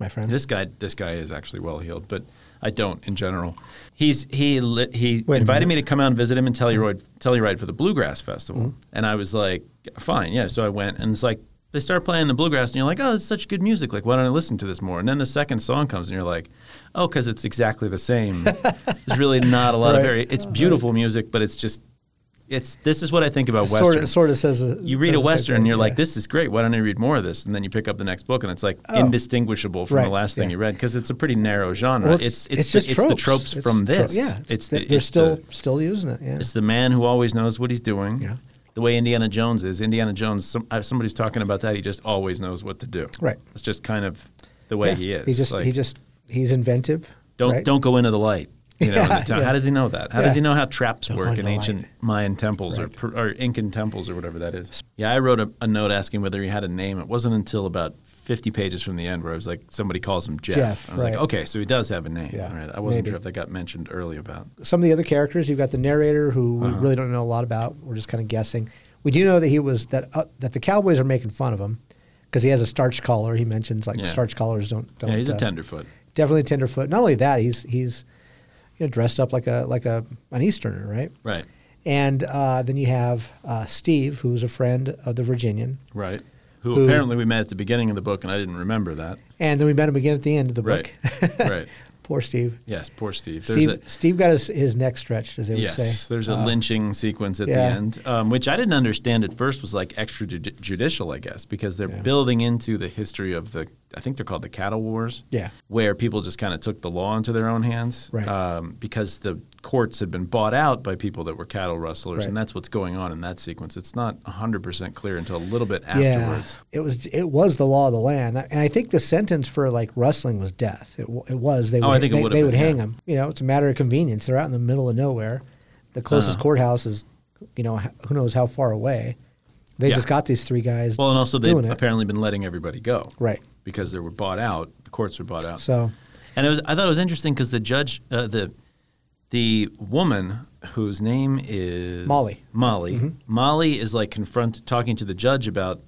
Speaker 2: my friend.
Speaker 1: This guy, this guy is actually well heeled, but I don't in general. He's he li- he
Speaker 2: Wait a
Speaker 1: invited me to come out and visit him in Telluride, Telluride for the bluegrass festival,
Speaker 2: Mm-hmm.
Speaker 1: and I was like, fine, yeah. So I went, and it's like they start playing the bluegrass, and you're like, oh, it's such good music. Like, why don't I listen to this more? And then the second song comes, and you're like, oh, because it's exactly the same. There's really not a lot of
Speaker 2: Right.
Speaker 1: very. It's beautiful music, but it's just. It's this is what I think about Western
Speaker 2: sort of sort of says the-
Speaker 1: you read
Speaker 2: does the
Speaker 1: a
Speaker 2: same
Speaker 1: western
Speaker 2: thing,
Speaker 1: you're
Speaker 2: yeah.
Speaker 1: like this is great why don't i read more of this and then you pick up the next book and it's like indistinguishable from
Speaker 2: Oh. Right,
Speaker 1: the last thing
Speaker 2: yeah.
Speaker 1: you read because it's a pretty narrow genre
Speaker 2: Well,
Speaker 1: it's it's, the,
Speaker 2: just
Speaker 1: it's the tropes
Speaker 2: It's
Speaker 1: from
Speaker 2: tro-
Speaker 1: this
Speaker 2: yeah,
Speaker 1: it's, the,
Speaker 2: they're
Speaker 1: it's
Speaker 2: still
Speaker 1: the,
Speaker 2: still using it. Yeah,
Speaker 1: it's the man who always knows what he's doing
Speaker 2: Yeah.
Speaker 1: the way indiana jones is indiana jones some, uh, somebody's talking about that he just always knows what to do
Speaker 2: Right.
Speaker 1: it's just kind of the way
Speaker 2: Yeah.
Speaker 1: he is
Speaker 2: He just
Speaker 1: Like,
Speaker 2: he just he's inventive.
Speaker 1: don't
Speaker 2: right?
Speaker 1: don't go into the light you know, in the
Speaker 2: Yeah,
Speaker 1: town.
Speaker 2: yeah.
Speaker 1: How does he know that? How
Speaker 2: Yeah.
Speaker 1: does he know how traps
Speaker 2: Don't go
Speaker 1: work
Speaker 2: into
Speaker 1: in
Speaker 2: the light.
Speaker 1: ancient Mayan temples or per or Incan temples or whatever that is? Yeah, I wrote a, a note asking whether he had a name. It wasn't until about 50 pages from the end where I was like, somebody calls him Jeff.
Speaker 2: Jeff,
Speaker 1: I was
Speaker 2: right.
Speaker 1: like, okay, so he does have a name.
Speaker 2: Yeah,
Speaker 1: All right. I wasn't
Speaker 2: maybe.
Speaker 1: sure if that got mentioned early about.
Speaker 2: some of the other characters. You've got the narrator, who
Speaker 1: Uh-huh.
Speaker 2: we really don't know a lot about. We're just kind of guessing. We do know that he was that uh, that the Cowboys are making fun of him because he has a starch collar. He mentions like
Speaker 1: Yeah.
Speaker 2: starch collars don't. don't
Speaker 1: Yeah, he's
Speaker 2: uh,
Speaker 1: a tenderfoot.
Speaker 2: Definitely a tenderfoot. Not only that, he's he's you know dressed up like a like a an Easterner, right?
Speaker 1: Right.
Speaker 2: And uh, then you have uh, Steve, who's a friend of the Virginian,
Speaker 1: Right. Who,
Speaker 2: Who-
Speaker 1: apparently we met at the beginning of the book and I didn't remember that.
Speaker 2: and then we met him again at the end of the book.
Speaker 1: Right. right.
Speaker 2: Poor Steve.
Speaker 1: Yes, poor Steve. There's
Speaker 2: Steve,
Speaker 1: a,
Speaker 2: Steve got his, his neck stretched, as they
Speaker 1: Yes,
Speaker 2: would say.
Speaker 1: there's a lynching sequence at
Speaker 2: yeah.
Speaker 1: the end, um, which I didn't understand at first was like extrajudicial, I guess, because they're building into the history of the I think they're called the cattle wars.
Speaker 2: Yeah.
Speaker 1: Where people just kind of took the law into their own hands.
Speaker 2: Right.
Speaker 1: Um, because the courts had been bought out by people that were cattle rustlers,
Speaker 2: Right.
Speaker 1: and that's what's going on in that sequence. It's not 100% clear until a little bit afterwards.
Speaker 2: Yeah, it was it was the law of the land, and I think the sentence for like rustling was death. It, w- it was they would,
Speaker 1: Oh, I think it
Speaker 2: they,
Speaker 1: would've
Speaker 2: they
Speaker 1: been,
Speaker 2: would hang
Speaker 1: yeah.
Speaker 2: them. You know, it's a matter of convenience. They're out in the middle of nowhere. The closest
Speaker 1: Uh-huh.
Speaker 2: courthouse is, you know, h- who knows how far away. They
Speaker 1: Yeah.
Speaker 2: just got these three guys.
Speaker 1: Well, and also they've
Speaker 2: doing it.
Speaker 1: apparently been letting everybody go.
Speaker 2: Right.
Speaker 1: Because they were bought out. The courts were bought out.
Speaker 2: So
Speaker 1: And it was I thought it was interesting because the judge, uh, the the woman whose name is
Speaker 2: Molly. Mm-hmm.
Speaker 1: Molly. Molly is like confront talking to the judge about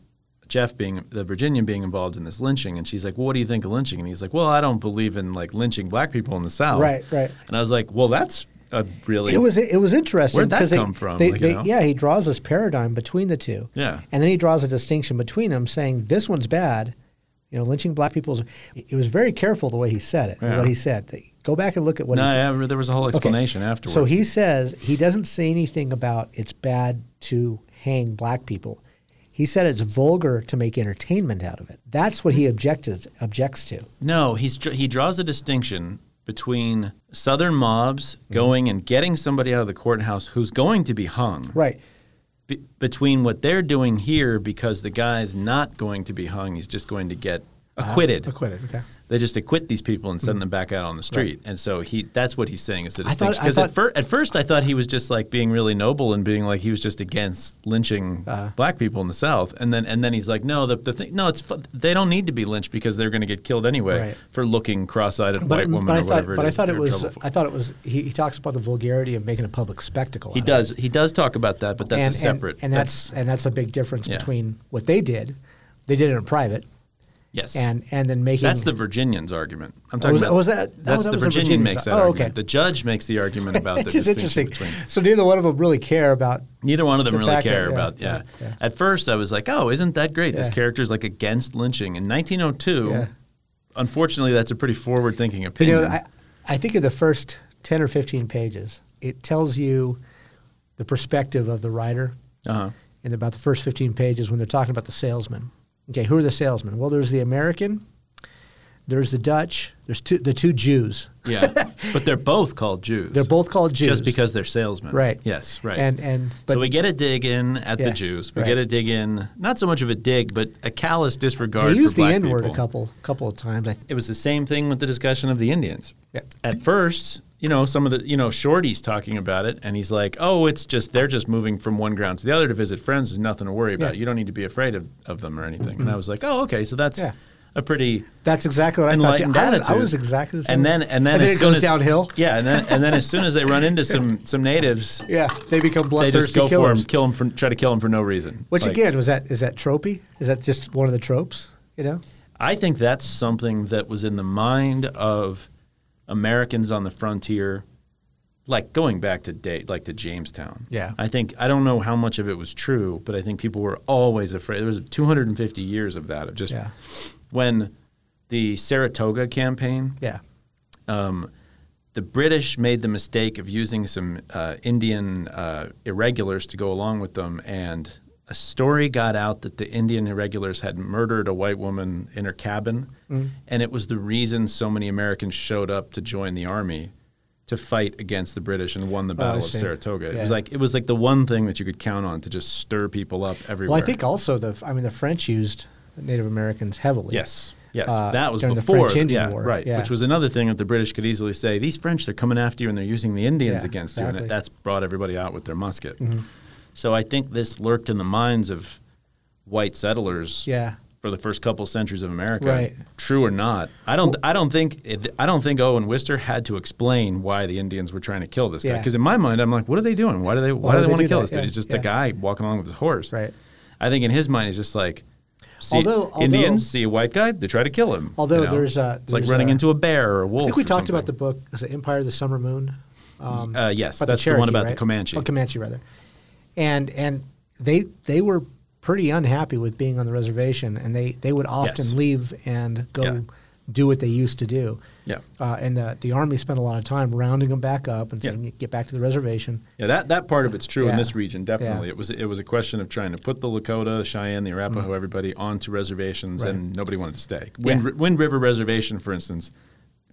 Speaker 1: Jeff being the Virginian being involved in this lynching, and she's like, "Well, what do you think of lynching?" And he's like, "Well, I don't believe in like lynching black people in the South."
Speaker 2: Right, right.
Speaker 1: And I was like, "Well, that's a really
Speaker 2: it was it was interesting.
Speaker 1: Where'd that
Speaker 2: 'cause they-
Speaker 1: come from,
Speaker 2: they-
Speaker 1: like, you
Speaker 2: they-
Speaker 1: know?
Speaker 2: yeah, he draws this paradigm between the two.
Speaker 1: Yeah.
Speaker 2: and then he draws a distinction between them, saying this one's bad. You know, lynching black people. is- It was very careful the way he said it.
Speaker 1: Yeah.
Speaker 2: What he said. Go back and look at what
Speaker 1: no."
Speaker 2: he said.
Speaker 1: I, there was a whole
Speaker 2: Okay.
Speaker 1: explanation afterwards.
Speaker 2: So he says he doesn't say anything about it's bad to hang black people. He said it's vulgar to make entertainment out of it. That's what he objected objects to.
Speaker 1: No, he's dr- he draws a distinction between Southern mobs going and getting somebody out of the courthouse who's going to be hung,
Speaker 2: Right.
Speaker 1: be- between what they're doing here because the guy's not going to be hung, he's just going to get
Speaker 2: Uh-huh.
Speaker 1: acquitted.
Speaker 2: Acquitted. Okay.
Speaker 1: They just acquit these people and send them back out on the street, and so he—that's what he's saying is the
Speaker 2: Mm-hmm. I thought-
Speaker 1: distinction.
Speaker 2: I
Speaker 1: Because at,
Speaker 2: thought-
Speaker 1: fir- at first I thought he was just like being really noble and being like he was just against lynching
Speaker 2: Uh-huh.
Speaker 1: black people in the South, and then and then he's like, no, the, the thing, no, it's fu- they don't need to be lynched because they're going to get killed anyway
Speaker 2: Right.
Speaker 1: for looking cross-eyed at
Speaker 2: But,
Speaker 1: white woman
Speaker 2: but I
Speaker 1: or
Speaker 2: thought,
Speaker 1: whatever.
Speaker 2: but I
Speaker 1: is
Speaker 2: thought it
Speaker 1: that they're in
Speaker 2: was.
Speaker 1: trouble for.
Speaker 2: I thought it was. He, he talks about the vulgarity of making a public spectacle.
Speaker 1: he
Speaker 2: out
Speaker 1: does
Speaker 2: Of
Speaker 1: he does talk about that, but
Speaker 2: it.
Speaker 1: that's
Speaker 2: uh, and,
Speaker 1: a separate.
Speaker 2: And, and that's, and that's a big difference
Speaker 1: Yeah.
Speaker 2: between what they did. They did it in private,
Speaker 1: yes,
Speaker 2: and and then making
Speaker 1: That's the Virginians' argument. I'm talking
Speaker 2: was-
Speaker 1: about.
Speaker 2: oh, was that- oh,
Speaker 1: That's
Speaker 2: that
Speaker 1: the
Speaker 2: was the
Speaker 1: Virginian
Speaker 2: Virginians.
Speaker 1: makes that
Speaker 2: Oh,
Speaker 1: argument.
Speaker 2: okay.
Speaker 1: The judge makes the argument about the
Speaker 2: Which is
Speaker 1: distinction
Speaker 2: interesting.
Speaker 1: between.
Speaker 2: So neither one of them really care about.
Speaker 1: Neither one of them
Speaker 2: the
Speaker 1: really
Speaker 2: fact that-
Speaker 1: care
Speaker 2: yeah,
Speaker 1: about. Yeah.
Speaker 2: right, yeah.
Speaker 1: At first, I was like, "Oh, isn't that great? This
Speaker 2: Yeah.
Speaker 1: character's like against lynching." In 1902,
Speaker 2: Yeah.
Speaker 1: unfortunately, that's a pretty forward-thinking
Speaker 2: You
Speaker 1: opinion.
Speaker 2: know, I, I think in the first 10 or 15 pages, it tells you the perspective of the writer.
Speaker 1: Uh-huh.
Speaker 2: In about the first 15 pages, when they're talking about the salesman. Okay, who are the salesmen? Well, there's the American, there's the Dutch, there's two, the two Jews.
Speaker 1: yeah, but they're both called Jews.
Speaker 2: They're both called Jews.
Speaker 1: just because they're salesmen.
Speaker 2: Right.
Speaker 1: Yes. Right.
Speaker 2: And, and, but,
Speaker 1: so we get a dig in at
Speaker 2: Yeah,
Speaker 1: the Jews. We
Speaker 2: right.
Speaker 1: get a dig in, not so much of a dig, but a callous disregard.
Speaker 2: they use
Speaker 1: for
Speaker 2: the
Speaker 1: black
Speaker 2: N word a
Speaker 1: people.
Speaker 2: couple, couple of times. I th-
Speaker 1: it was the same thing with the discussion of the Indians.
Speaker 2: Yeah.
Speaker 1: At first, you know, some of the, you know, Shorty's talking about it and he's like, oh, it's just, they're just moving from one ground to the other to visit friends. There's nothing to worry about.
Speaker 2: Yeah. Mm-hmm.
Speaker 1: You don't need to be afraid of, of them or anything. And I was like, oh, okay. So that's
Speaker 2: Yeah.
Speaker 1: a pretty
Speaker 2: that's exactly what I thought. too.
Speaker 1: enlightened
Speaker 2: I was,
Speaker 1: attitude.
Speaker 2: I was exactly the same.
Speaker 1: And then, and then, as
Speaker 2: it
Speaker 1: soon
Speaker 2: goes
Speaker 1: as-
Speaker 2: downhill.
Speaker 1: Yeah. And then, and then as soon as they run into some, some natives,
Speaker 2: Yeah, they become
Speaker 1: they
Speaker 2: bloodthirsty
Speaker 1: just go for
Speaker 2: killers.
Speaker 1: him, kill him for, try to kill him for no reason.
Speaker 2: Which
Speaker 1: Like,
Speaker 2: again was that is that tropey? Is that just one of the tropes? You know,
Speaker 1: I think that's something that was in the mind of Americans on the frontier, like going back to date, like to Jamestown.
Speaker 2: Yeah.
Speaker 1: I think I don't know how much of it was true, but I think people were always afraid. There was 250 years of that of just
Speaker 2: Yeah.
Speaker 1: when the Saratoga campaign
Speaker 2: yeah,
Speaker 1: the British made the mistake of using some uh, Indian uh, irregulars to go along with them, and a story got out that the Indian irregulars had murdered a white woman in her cabin,
Speaker 2: Mm-hmm.
Speaker 1: and it was the reason so many Americans showed up to join the army to fight against the British and won the Battle of
Speaker 2: Oh, see.
Speaker 1: Saratoga. It was
Speaker 2: Yeah.
Speaker 1: like it was like the one thing that you could count on to just stir people up everywhere.
Speaker 2: Well, I think also the I mean the French used Native Americans heavily.
Speaker 1: Yes. Yes,
Speaker 2: uh,
Speaker 1: that was
Speaker 2: during the
Speaker 1: before,
Speaker 2: French Indian
Speaker 1: yeah,
Speaker 2: War,
Speaker 1: right?
Speaker 2: yeah.
Speaker 1: Which was another thing that the British could easily say: these French, they're coming after you, and they're using the Indians
Speaker 2: Yeah,
Speaker 1: against you,
Speaker 2: exactly. Mm-hmm.
Speaker 1: and that's brought everybody out with their musket. So I think this lurked in the minds of white settlers,
Speaker 2: Yeah.
Speaker 1: for the first couple centuries of America,
Speaker 2: Right.
Speaker 1: True or not, I don't, I don't think, it- I don't think Owen Wister had to explain why the Indians were trying to kill this guy.
Speaker 2: Yeah.
Speaker 1: Because in my mind, I'm like, what are they doing? Why do they, why, do they, want to
Speaker 2: do
Speaker 1: kill
Speaker 2: that?
Speaker 1: this dude?
Speaker 2: Yeah,
Speaker 1: He's just
Speaker 2: yeah.
Speaker 1: a guy walking along with his horse,
Speaker 2: Right.
Speaker 1: I think in his mind, he's just like, see
Speaker 2: Although- although-
Speaker 1: Indians see a white guy, they try to kill him.
Speaker 2: Although there's, uh,
Speaker 1: it's like
Speaker 2: there's,
Speaker 1: running
Speaker 2: uh,
Speaker 1: into a bear or a wolf.
Speaker 2: I think we
Speaker 1: or
Speaker 2: talked about the
Speaker 1: something.
Speaker 2: book was it Empire of the Summer Moon. Um,
Speaker 1: Uh, yes,
Speaker 2: about
Speaker 1: that's the, one
Speaker 2: Cherokee,
Speaker 1: about the
Speaker 2: right?
Speaker 1: Comanche.
Speaker 2: Oh, Comanche rather, and and they they were pretty unhappy with being on the reservation, and they they would often
Speaker 1: Yes.
Speaker 2: leave and go
Speaker 1: Yeah.
Speaker 2: do what they used to do.
Speaker 1: Yeah.
Speaker 2: Uh, and the, the Army spent a lot of time rounding them back up and
Speaker 1: Yeah.
Speaker 2: saying, get back to the reservation.
Speaker 1: Yeah, that, that part of it's true in
Speaker 2: Yeah.
Speaker 1: this region, definitely.
Speaker 2: Yeah.
Speaker 1: It was it was a question of trying to put the Lakota, Cheyenne, the Arapaho, everybody onto reservations, and nobody wanted to stay. Wind,
Speaker 2: Mm-hmm. Yeah.
Speaker 1: Wind River Reservation, for instance,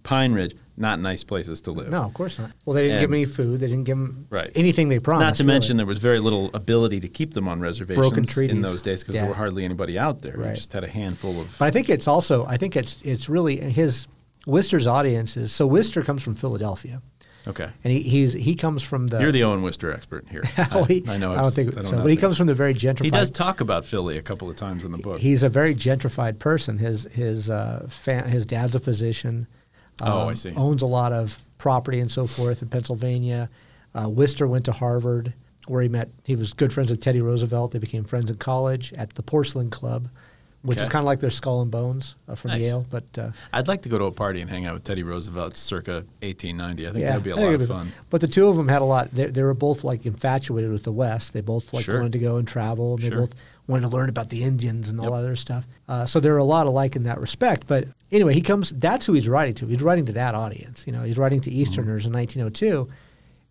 Speaker 1: Pine Ridge, not nice places to live.
Speaker 2: No, of course not. Well, they didn't give
Speaker 1: And-
Speaker 2: them any food. They didn't give them
Speaker 1: Right.
Speaker 2: anything they promised.
Speaker 1: Not to
Speaker 2: really.
Speaker 1: mention there was very little ability to keep them on reservations in
Speaker 2: treaties.
Speaker 1: those days because
Speaker 2: Yeah.
Speaker 1: there were hardly anybody out there. You
Speaker 2: Right.
Speaker 1: just had a handful of.
Speaker 2: But I think it's also I think it's it's really his Wister's audience is so Wister comes from Philadelphia,
Speaker 1: Okay.
Speaker 2: and he he's he comes from the.
Speaker 1: You're the Owen Wister expert here.
Speaker 2: Uh, well, he-
Speaker 1: I know.
Speaker 2: I
Speaker 1: I've
Speaker 2: don't
Speaker 1: s-
Speaker 2: think
Speaker 1: I don't
Speaker 2: so,
Speaker 1: know
Speaker 2: but he
Speaker 1: things.
Speaker 2: comes from the very gentrified.
Speaker 1: He does talk about Philly a couple of times in the book.
Speaker 2: He's a very gentrified person. His his uh, fa- his dad's a physician.
Speaker 1: Oh, I
Speaker 2: um,
Speaker 1: see.
Speaker 2: Owns a lot of property and so forth in Pennsylvania. Uh, Wister went to Harvard, where he met. He was good friends with Teddy Roosevelt. They became friends in college at the Porcelain Club, which is
Speaker 1: Okay.
Speaker 2: kind of like their Skull and Bones uh, from
Speaker 1: Nice.
Speaker 2: Yale. But uh,
Speaker 1: I'd like to go to a party and hang out with Teddy Roosevelt circa 1890. I think
Speaker 2: yeah,
Speaker 1: that'd be a
Speaker 2: I think
Speaker 1: lot of
Speaker 2: it'd be-
Speaker 1: fun.
Speaker 2: But the two of them had a lot. They, they were both like infatuated with the West. They both like
Speaker 1: Sure.
Speaker 2: wanted to go and travel. And they
Speaker 1: Sure.
Speaker 2: both wanted to learn about the Indians and all
Speaker 1: Yep.
Speaker 2: that other stuff. Uh, so there are a lot alike in that respect. But anyway, he comes. That's who he's writing to. He's writing to that audience. You know, he's writing to Easterners
Speaker 1: Mm-hmm.
Speaker 2: in 1902,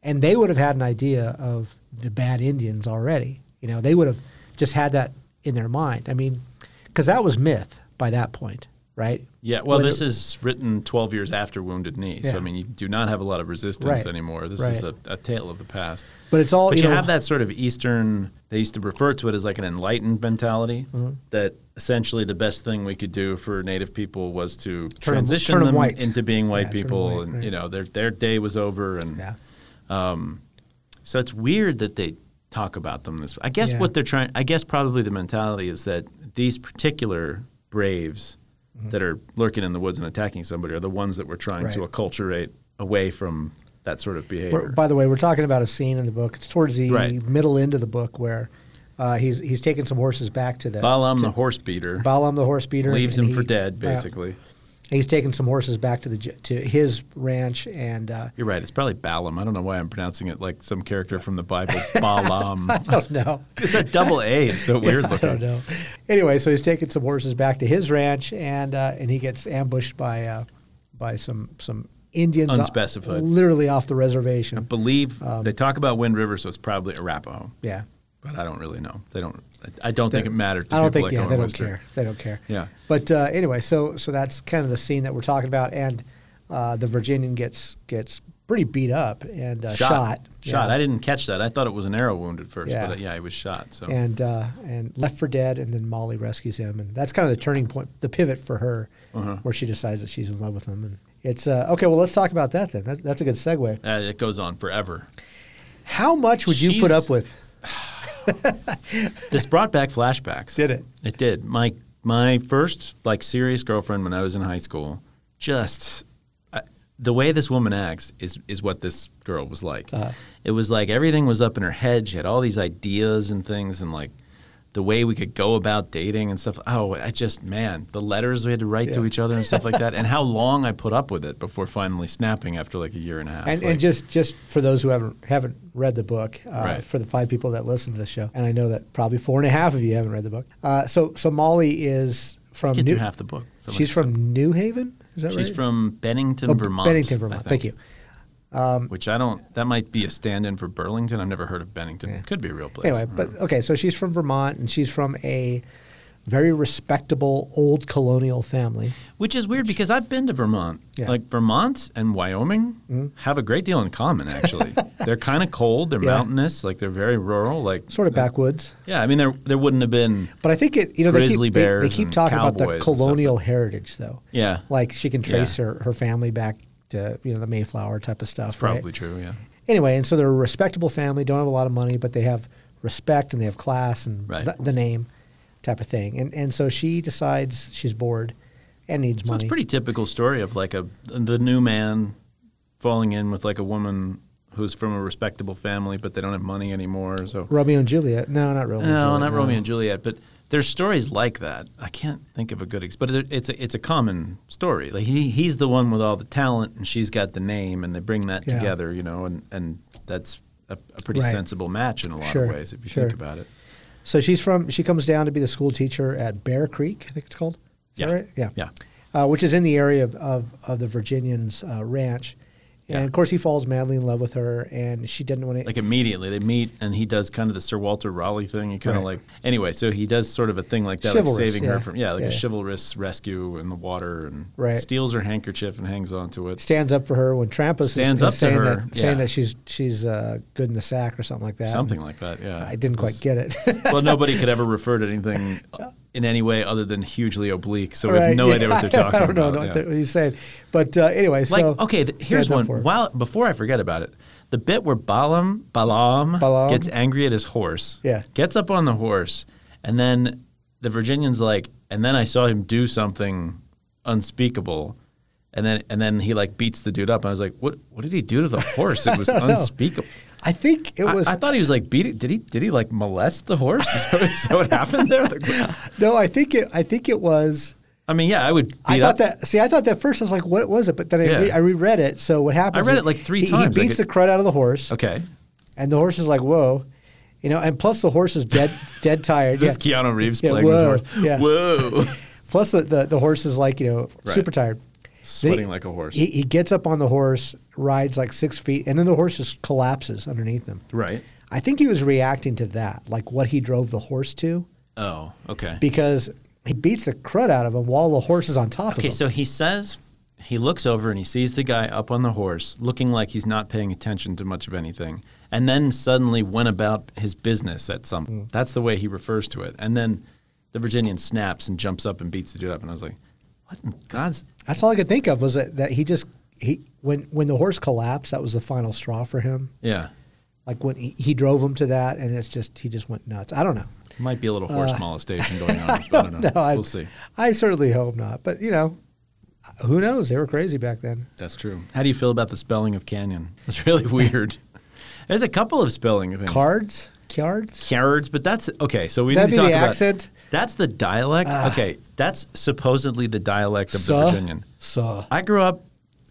Speaker 2: and they would have had an idea of the bad Indians already. You know, they would have just had that in their mind. I mean, because that was myth by that point, right?
Speaker 1: Yeah, well,
Speaker 2: Whether-
Speaker 1: this is written 12 years after Wounded Knee. So,
Speaker 2: Yeah.
Speaker 1: I mean, you do not have a lot of resistance
Speaker 2: Right.
Speaker 1: anymore. This is a,
Speaker 2: Right.
Speaker 1: a tale of the past.
Speaker 2: But it's all
Speaker 1: But
Speaker 2: you,
Speaker 1: you
Speaker 2: know,
Speaker 1: have that sort of Eastern, they used to refer to it as like an enlightened mentality
Speaker 2: Mm-hmm.
Speaker 1: that essentially the best thing we could do for Native people was to
Speaker 2: Turn 'em-
Speaker 1: transition
Speaker 2: turn 'em
Speaker 1: them
Speaker 2: white.
Speaker 1: into being
Speaker 2: Yeah,
Speaker 1: white
Speaker 2: turn 'em
Speaker 1: people.
Speaker 2: white,
Speaker 1: and,
Speaker 2: right.
Speaker 1: you know, their, their day was over. And
Speaker 2: Yeah.
Speaker 1: so it's weird that they talk about them this way. I guess
Speaker 2: Yeah.
Speaker 1: what they're trying, I guess probably the mentality is that these particular braves that are lurking in the woods and attacking somebody are the ones that we're trying to
Speaker 2: Mm-hmm. Right.
Speaker 1: acculturate away from that sort of
Speaker 2: We're,
Speaker 1: behavior.
Speaker 2: by the way, we're talking about a scene in the book. It's towards the
Speaker 1: Right.
Speaker 2: middle end of the book where uh, he's he's taking some horses back to the
Speaker 1: Balaam the horse beater
Speaker 2: Balaam the horse beater
Speaker 1: leaves
Speaker 2: and
Speaker 1: him for
Speaker 2: he-
Speaker 1: dead,
Speaker 2: yeah.
Speaker 1: basically.
Speaker 2: he's taking some horses back to the j- to his ranch and uh,
Speaker 1: You're right. It's probably Balaam. I don't know why I'm pronouncing it like some character from the Bible. Balaam.
Speaker 2: I don't know.
Speaker 1: it's a double A. It's so weird
Speaker 2: I
Speaker 1: looking.
Speaker 2: don't know. Anyway, so he's taking some horses back to his ranch and uh, and he gets ambushed by uh, by some some Indians uh,
Speaker 1: Unspecified.
Speaker 2: literally off the reservation.
Speaker 1: Believe they talk about Wind River, so it's probably Arapaho.
Speaker 2: Um, Yeah.
Speaker 1: but I don't really know. They don't. I I don't think it mattered. To
Speaker 2: I don't
Speaker 1: people
Speaker 2: think
Speaker 1: like
Speaker 2: yeah,
Speaker 1: Owen
Speaker 2: they don't
Speaker 1: Wister.
Speaker 2: care. They don't care.
Speaker 1: Yeah.
Speaker 2: But uh, anyway, so so that's kind of the scene that we're talking about, and uh, the Virginian gets gets pretty beat up and uh,
Speaker 1: Shot.
Speaker 2: shot.
Speaker 1: Shot.
Speaker 2: Yeah.
Speaker 1: I didn't catch that. I thought it was an arrow wound at first,
Speaker 2: Yeah.
Speaker 1: but uh, yeah, he was shot. So
Speaker 2: and uh, and left for dead, and then Molly rescues him, and that's kind of the turning point, the pivot for her,
Speaker 1: Uh-huh.
Speaker 2: where she decides that she's in love with him. And it's uh, okay. Well, let's talk about that then. That, that's a good segue.
Speaker 1: uh, it goes on forever.
Speaker 2: How much would you put
Speaker 1: She's-
Speaker 2: up with?
Speaker 1: this brought back flashbacks.
Speaker 2: Did it?
Speaker 1: It did. My my first like serious girlfriend when I was in high school, just I, the way this woman acts is is what this girl was like.
Speaker 2: Uh-huh.
Speaker 1: It was like everything was up in her head. She had all these ideas and things, and like the way we could go about dating and stuff. Oh, I just man, the letters we had to write to
Speaker 2: Yeah.
Speaker 1: each other and stuff like that, and how long I put up with it before finally snapping after like a year and a half.
Speaker 2: And,
Speaker 1: Like,
Speaker 2: and just, just for those who haven't haven't read the book, uh,
Speaker 1: Right.
Speaker 2: for the five people that listen to the show, and I know that probably four and a half of you haven't read the book. Uh, so, so Molly is from
Speaker 1: get
Speaker 2: New.
Speaker 1: through half the book. So
Speaker 2: she's
Speaker 1: like-
Speaker 2: from New Haven. Is that right?
Speaker 1: She's from Bennington,
Speaker 2: Oh,
Speaker 1: Vermont.
Speaker 2: Bennington,
Speaker 1: I
Speaker 2: Vermont.
Speaker 1: think.
Speaker 2: Thank you.
Speaker 1: which I don't. That might be a stand-in for Burlington. I've never heard of Bennington. Could be a real place.
Speaker 2: Anyway, but okay, so she's from Vermont, and she's from a very respectable old colonial family.
Speaker 1: which is weird because I've been to Vermont.
Speaker 2: Yeah. Mm-hmm.
Speaker 1: Like Vermont and Wyoming have a great deal in common. Actually, they're kind of cold. They're
Speaker 2: Yeah.
Speaker 1: mountainous. Like they're very rural. Like
Speaker 2: Sort of
Speaker 1: they're-
Speaker 2: backwoods,
Speaker 1: Yeah, I mean there there wouldn't have been.
Speaker 2: but I think it. You know, they
Speaker 1: Grizzly
Speaker 2: keep, they- they,
Speaker 1: bears
Speaker 2: keep
Speaker 1: and
Speaker 2: talking about
Speaker 1: cowboys
Speaker 2: the
Speaker 1: and stuff,
Speaker 2: colonial heritage, though.
Speaker 1: Yeah,
Speaker 2: like she can trace
Speaker 1: Yeah.
Speaker 2: her, her family back to you know the Mayflower type of stuff. right?
Speaker 1: probably true. Yeah,
Speaker 2: anyway, and so they're a respectable family, don't have a lot of money, but they have respect and they have class and
Speaker 1: Right.
Speaker 2: th- the name type of thing. And and so she decides she's bored and needs
Speaker 1: so
Speaker 2: money.
Speaker 1: it's a pretty typical story of like a the new man falling in with like a woman who's from a respectable family, but they don't have money anymore. So
Speaker 2: Romeo and Juliet. No, not Romeo. and
Speaker 1: No,
Speaker 2: Juliet,
Speaker 1: not Romeo and Juliet, but there's stories like that. I can't think of a good, ex- but it- it's a, it's a common story. Like he he's the one with all the talent, and she's got the name, and they bring that
Speaker 2: Yeah.
Speaker 1: together, you know, and and that's a, a pretty
Speaker 2: Right.
Speaker 1: sensible match in a lot
Speaker 2: Sure,
Speaker 1: of ways if you
Speaker 2: sure.
Speaker 1: think about it.
Speaker 2: So she's from. She comes down to be the school teacher at Bear Creek. I think it's called. Is that
Speaker 1: Yeah.
Speaker 2: right? Yeah.
Speaker 1: Yeah.
Speaker 2: uh, which is in the area of, of, of the Virginians' uh, ranch. And
Speaker 1: Yeah.
Speaker 2: of course, he falls madly in love with her, and she didn't want to.
Speaker 1: Like immediately they meet and he does kind of the Sir Walter Raleigh thing. He kind of
Speaker 2: Right.
Speaker 1: like anyway. So he does sort of a thing like that,
Speaker 2: Chivalrous,
Speaker 1: like saving
Speaker 2: yeah.
Speaker 1: her from yeah, like
Speaker 2: Yeah,
Speaker 1: a
Speaker 2: yeah.
Speaker 1: chivalrous rescue in the water and
Speaker 2: Right.
Speaker 1: steals her handkerchief and hangs on to it.
Speaker 2: stands up for her when Trampas
Speaker 1: Stands
Speaker 2: is,
Speaker 1: up
Speaker 2: is
Speaker 1: to
Speaker 2: saying
Speaker 1: her,
Speaker 2: that saying
Speaker 1: yeah.
Speaker 2: that she's she's uh, good in the sack or something like that.
Speaker 1: Something like that. Yeah,
Speaker 2: I didn't quite get it.
Speaker 1: well, nobody could ever refer to anything in any way other than hugely oblique. So we
Speaker 2: Right,
Speaker 1: have no
Speaker 2: yeah.
Speaker 1: idea what they're talking
Speaker 2: I don't know
Speaker 1: about.
Speaker 2: what
Speaker 1: yeah.
Speaker 2: they're- what he's saying, but uh, anyway,
Speaker 1: Like
Speaker 2: so
Speaker 1: okay, th-
Speaker 2: stands
Speaker 1: here's
Speaker 2: up
Speaker 1: one.
Speaker 2: for her.
Speaker 1: While before I forget about it, the bit where Balaam Balaam,
Speaker 2: Balaam.
Speaker 1: gets angry at his horse.
Speaker 2: Yeah.
Speaker 1: gets up on the horse, and then the Virginian's like, and then I saw him do something unspeakable. And then, and then he like beats the dude up. I was like, "What? What did he do to the horse? It was unspeakable."
Speaker 2: I think it
Speaker 1: I,
Speaker 2: was
Speaker 1: I thought he was like beating. Did he? Did he like molest the horse? Is that, is that what happened there? Like, what-
Speaker 2: no, I think it I think it was.
Speaker 1: I mean, yeah, I would. Beat
Speaker 2: I
Speaker 1: up.
Speaker 2: thought that. See, I thought that first. I was like, "What was it?" But then I,
Speaker 1: Yeah.
Speaker 2: re- I reread it. So what happens?
Speaker 1: I read
Speaker 2: is
Speaker 1: it like three
Speaker 2: he,
Speaker 1: times,
Speaker 2: He
Speaker 1: like
Speaker 2: beats
Speaker 1: it-
Speaker 2: the crud out of the horse,
Speaker 1: Okay.
Speaker 2: and the horse is like, "Whoa," you know. And plus, the horse is dead, dead tired.
Speaker 1: Is this
Speaker 2: yeah.
Speaker 1: Keanu Reeves
Speaker 2: Yeah,
Speaker 1: playing
Speaker 2: whoa,
Speaker 1: this horse?
Speaker 2: yeah.
Speaker 1: Whoa.
Speaker 2: Plus, the, the the horse is like you know
Speaker 1: Right.
Speaker 2: super tired. Then
Speaker 1: Sweating
Speaker 2: he-
Speaker 1: like a horse.
Speaker 2: He, he gets up on the horse, rides like six feet, and then the horse just collapses underneath him.
Speaker 1: right.
Speaker 2: I think he was reacting to that, like what he drove the horse to,
Speaker 1: Oh, okay.
Speaker 2: because he beats the crud out of him while the horse is on top
Speaker 1: Okay,
Speaker 2: of him.
Speaker 1: so he says he looks over and he sees the guy up on the horse looking like he's not paying attention to much of anything and then suddenly went about his business at some
Speaker 2: Mm.
Speaker 1: that's the way he refers to it. And then the Virginian snaps and jumps up and beats the dude up and I was like, What in God's
Speaker 2: That's all I could think of was that, that he just he when when the horse collapsed, that was the final straw for him.
Speaker 1: Yeah.
Speaker 2: Like when he, he drove him to that, and it's just he just went nuts. I don't know.
Speaker 1: Might be a little horse molestation going on. but I don't know.
Speaker 2: Uh. No, I,
Speaker 1: we'll see.
Speaker 2: I certainly hope not, but you know, who knows? They were crazy back then.
Speaker 1: That's true. How do you feel about the spelling of canyon? It's really weird. There's a couple of spelling things.
Speaker 2: Cards, cards.
Speaker 1: Carrots, but that's okay. So we
Speaker 2: That'd
Speaker 1: need to
Speaker 2: be
Speaker 1: talk
Speaker 2: the
Speaker 1: about
Speaker 2: accent. Ah.
Speaker 1: That's the dialect. okay, that's supposedly the dialect of the Virginian.
Speaker 2: Suh.
Speaker 1: I grew up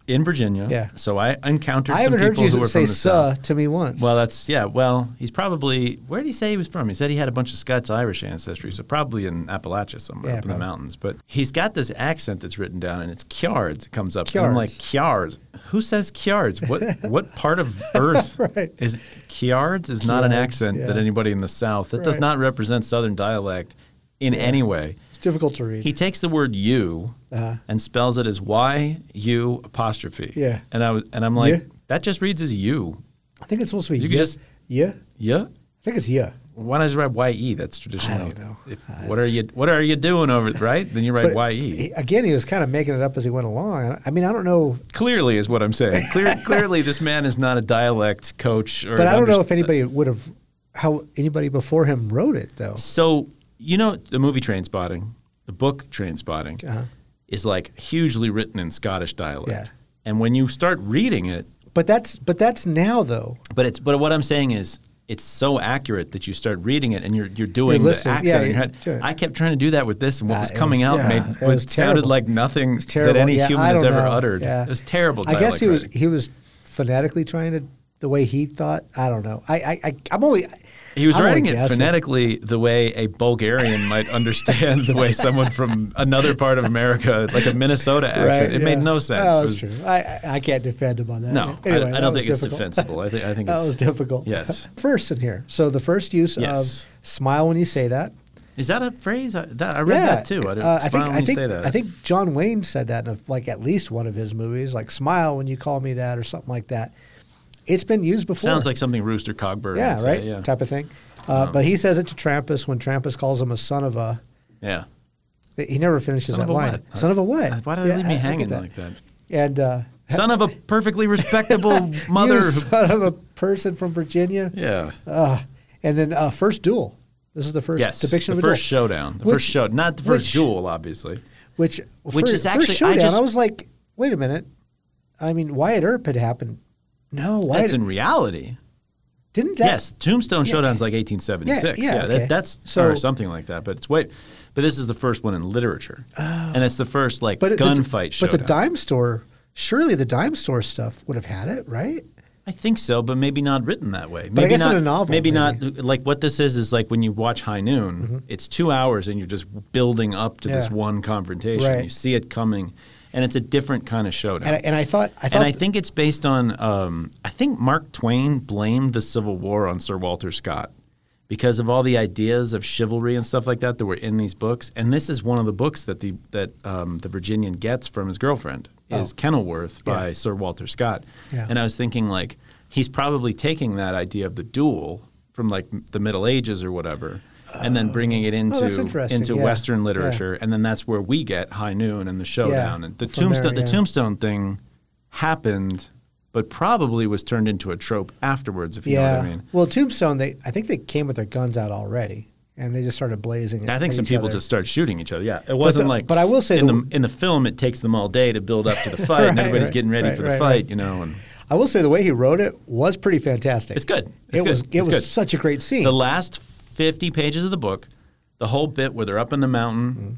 Speaker 1: in Virginia.
Speaker 2: Yeah.
Speaker 1: So I encountered
Speaker 2: I
Speaker 1: some
Speaker 2: haven't heard
Speaker 1: people who
Speaker 2: you
Speaker 1: were
Speaker 2: say
Speaker 1: from the
Speaker 2: "suh"
Speaker 1: south.
Speaker 2: to me once.
Speaker 1: Well, that's yeah. Well, he's probably where did he say he was from? He said he had a bunch of Scots Irish ancestry, so probably in Appalachia somewhere
Speaker 2: Yeah,
Speaker 1: up in
Speaker 2: probably.
Speaker 1: the mountains. But he's got this accent that's written down, and it's Kiards. It comes up, and I'm like Kiards. Who says Kiards? What what part of Earth
Speaker 2: Right.
Speaker 1: is Kiards? Is not an
Speaker 2: Kiards,
Speaker 1: accent that
Speaker 2: yeah.
Speaker 1: anybody in the South that does
Speaker 2: Right.
Speaker 1: not represent Southern dialect in any way.
Speaker 2: it's difficult to read.
Speaker 1: He takes the word "you"
Speaker 2: Uh-huh.
Speaker 1: and spells it as Y U apostrophe.
Speaker 2: Yeah.
Speaker 1: and I was and I'm like,
Speaker 2: Yeah.
Speaker 1: that just reads as you.
Speaker 2: I think it's supposed to be
Speaker 1: You
Speaker 2: yeah.
Speaker 1: could just-
Speaker 2: yeah. I
Speaker 1: Yeah.
Speaker 2: think it's yeah.
Speaker 1: Why not just write YE? That's traditional.
Speaker 2: don't know.
Speaker 1: If, what are you What are you doing over right? Then you write E.
Speaker 2: But
Speaker 1: YE.
Speaker 2: he- again, he was kind of making it up as he went along. I mean, I don't know,
Speaker 1: clearly, is what I'm saying. Clear, clearly, this man is not a dialect coach. Or
Speaker 2: but
Speaker 1: an
Speaker 2: I don't know
Speaker 1: underst-
Speaker 2: if anybody would have how anybody before him wrote it though.
Speaker 1: So you know the movie Train Spotting, the book Train Spotting,
Speaker 2: Uh-huh.
Speaker 1: is like hugely written in Scottish dialect.
Speaker 2: Yeah.
Speaker 1: And when you start reading it,
Speaker 2: But that's but that's now though.
Speaker 1: But it's but what I'm saying is it's so accurate that you start reading it and you're you're doing
Speaker 2: You're
Speaker 1: the
Speaker 2: listening.
Speaker 1: accent
Speaker 2: Yeah,
Speaker 1: in
Speaker 2: you're
Speaker 1: your head.
Speaker 2: doing it.
Speaker 1: I kept trying to do that with this, and what
Speaker 2: Ah,
Speaker 1: was
Speaker 2: it
Speaker 1: coming
Speaker 2: was-
Speaker 1: out
Speaker 2: yeah,
Speaker 1: made
Speaker 2: it
Speaker 1: what
Speaker 2: was
Speaker 1: sounded
Speaker 2: terrible.
Speaker 1: like nothing that
Speaker 2: Terrible.
Speaker 1: any
Speaker 2: Yeah,
Speaker 1: human
Speaker 2: I
Speaker 1: has
Speaker 2: don't
Speaker 1: ever
Speaker 2: know.
Speaker 1: uttered.
Speaker 2: Yeah.
Speaker 1: It was terrible.
Speaker 2: I guess
Speaker 1: dialect
Speaker 2: he was
Speaker 1: writing.
Speaker 2: he was phonetically trying to the way he thought. I don't know. I I, I I'm only
Speaker 1: He was
Speaker 2: I'm only
Speaker 1: writing it
Speaker 2: guessing.
Speaker 1: phonetically the way a Bulgarian might understand the way someone from another part of America, like a Minnesota accent.
Speaker 2: Right,
Speaker 1: it
Speaker 2: yeah.
Speaker 1: made no sense.
Speaker 2: Oh,
Speaker 1: It
Speaker 2: that's
Speaker 1: was-
Speaker 2: true. I, I I can't defend him on that.
Speaker 1: No, I-
Speaker 2: Anyway,
Speaker 1: I,
Speaker 2: that
Speaker 1: don't
Speaker 2: was
Speaker 1: think it's
Speaker 2: difficult.
Speaker 1: defensible. I think I think
Speaker 2: That
Speaker 1: it's
Speaker 2: was difficult.
Speaker 1: Yes.
Speaker 2: First in here. So the first use
Speaker 1: Yes.
Speaker 2: of smile when you say that.
Speaker 1: Is that a phrase? I, that, I read that too. I didn't
Speaker 2: uh, I
Speaker 1: smile
Speaker 2: think
Speaker 1: when
Speaker 2: I
Speaker 1: you
Speaker 2: think
Speaker 1: say that.
Speaker 2: I think John Wayne said that in a, like at least one of his movies, like "Smile when you call me that" or something like that. It's been used before.
Speaker 1: Sounds like something Rooster Cogburn.
Speaker 2: yeah,
Speaker 1: would say,
Speaker 2: right,
Speaker 1: Yeah. Um,
Speaker 2: type of thing. Uh, but he says it to Trampas when Trampas calls him a son of a.
Speaker 1: yeah.
Speaker 2: He never finishes
Speaker 1: Son of
Speaker 2: that
Speaker 1: a
Speaker 2: line.
Speaker 1: what?
Speaker 2: Son of a what?
Speaker 1: Why did they
Speaker 2: Yeah,
Speaker 1: leave
Speaker 2: I- I
Speaker 1: me
Speaker 2: get
Speaker 1: hanging like that?
Speaker 2: And uh,
Speaker 1: Son of a perfectly respectable mother.
Speaker 2: you
Speaker 1: who-
Speaker 2: son of a person from Virginia.
Speaker 1: yeah.
Speaker 2: Uh, and then uh, first duel. This is the first
Speaker 1: Yes.
Speaker 2: depiction
Speaker 1: the
Speaker 2: of a
Speaker 1: first
Speaker 2: duel.
Speaker 1: showdown. The
Speaker 2: Which-
Speaker 1: first show, not the first
Speaker 2: which-
Speaker 1: duel, obviously.
Speaker 2: Which,
Speaker 1: Which
Speaker 2: first,
Speaker 1: is actually- I
Speaker 2: first showdown. I,
Speaker 1: just-
Speaker 2: was like, wait a minute. I mean, Wyatt Earp had happened. No, Wyatt
Speaker 1: That's in reality.
Speaker 2: didn't that?
Speaker 1: yes, Tombstone Showdown's like 1876.
Speaker 2: Yeah, yeah, okay.
Speaker 1: that, that's
Speaker 2: So-
Speaker 1: or something like that. But it's way, but this is the first one in literature, and it's the first like
Speaker 2: Oh. but it- the-
Speaker 1: gunfight
Speaker 2: But
Speaker 1: showdown.
Speaker 2: the dime store, surely the dime store stuff would have had it, right?
Speaker 1: I think so, but maybe not written that way. Maybe
Speaker 2: I guess in
Speaker 1: not,
Speaker 2: a novel,
Speaker 1: Maybe,
Speaker 2: maybe. Mm-hmm.
Speaker 1: not like what this is is like when you watch High Noon. It's two hours, and you're just building up to this
Speaker 2: Yeah.
Speaker 1: one confrontation.
Speaker 2: Right.
Speaker 1: You see it coming, and it's a different kind of showdown.
Speaker 2: And I, and I thought I thought
Speaker 1: And I think it's based on. Um, I think Mark Twain blamed the Civil War on Sir Walter Scott because of all the ideas of chivalry and stuff like that that were in these books. And this is one of the books that the that um, the Virginian gets from his girlfriend is Kenilworth by Sir Walter Scott.
Speaker 2: Oh. Yeah.
Speaker 1: And I was thinking like he's probably taking that idea of the duel from like m- the Middle Ages or whatever. And then bringing it into
Speaker 2: Oh. interesting,
Speaker 1: into
Speaker 2: yeah,
Speaker 1: Western
Speaker 2: yeah.
Speaker 1: literature, and then that's where we get High Noon and the showdown, and the
Speaker 2: from there,
Speaker 1: tombstone.
Speaker 2: yeah.
Speaker 1: The tombstone thing happened, but probably was turned into a trope afterwards. If you know
Speaker 2: yeah.
Speaker 1: what I mean.
Speaker 2: Well, Tombstone, they I think they came with their guns out already, and they just started blazing.
Speaker 1: I
Speaker 2: at-
Speaker 1: think
Speaker 2: at
Speaker 1: some
Speaker 2: each
Speaker 1: people
Speaker 2: other.
Speaker 1: just started shooting each other. Yeah, it wasn't
Speaker 2: the-
Speaker 1: like.
Speaker 2: but I will say
Speaker 1: in
Speaker 2: the-
Speaker 1: the, in the film, it takes them all day to build up to the fight, and
Speaker 2: Right,
Speaker 1: everybody's
Speaker 2: right,
Speaker 1: getting ready
Speaker 2: right,
Speaker 1: for the
Speaker 2: right,
Speaker 1: fight.
Speaker 2: right.
Speaker 1: You know, and
Speaker 2: I will say the way he wrote it was pretty fantastic.
Speaker 1: it's good. It's
Speaker 2: it
Speaker 1: good.
Speaker 2: was it
Speaker 1: It's
Speaker 2: was
Speaker 1: good.
Speaker 2: such a great scene.
Speaker 1: The last 50 pages of the book, the whole bit where they're up in the mountain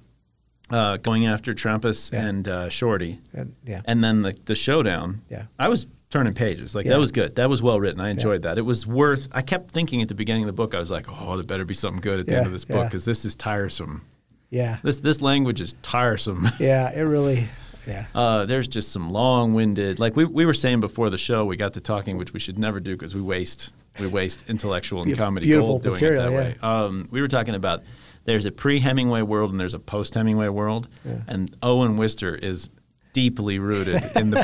Speaker 1: uh, going after Trampas and uh, Shorty,
Speaker 2: Mm-hmm. And- yeah.
Speaker 1: and then the, the showdown.
Speaker 2: Yeah.
Speaker 1: I was turning pages. Like,
Speaker 2: Yeah.
Speaker 1: that was good. That was well written. I enjoyed that. It was worth, I kept thinking at the beginning of the book, I was like, oh, there better be something good at the end
Speaker 2: Yeah,
Speaker 1: of this book
Speaker 2: yeah.
Speaker 1: because this is tiresome.
Speaker 2: yeah,
Speaker 1: This, this language is tiresome.
Speaker 2: yeah, it really, yeah.
Speaker 1: Uh, there's just some long-winded, like we, we were saying before the show, we got to talking, which we should never do because we waste we waste intellectual and comedy
Speaker 2: beautiful
Speaker 1: gold doing
Speaker 2: material,
Speaker 1: it that
Speaker 2: yeah.
Speaker 1: way. Um, we were talking about there's a pre-Hemingway world and there's a post-Hemingway world, and Owen Wister is deeply rooted in the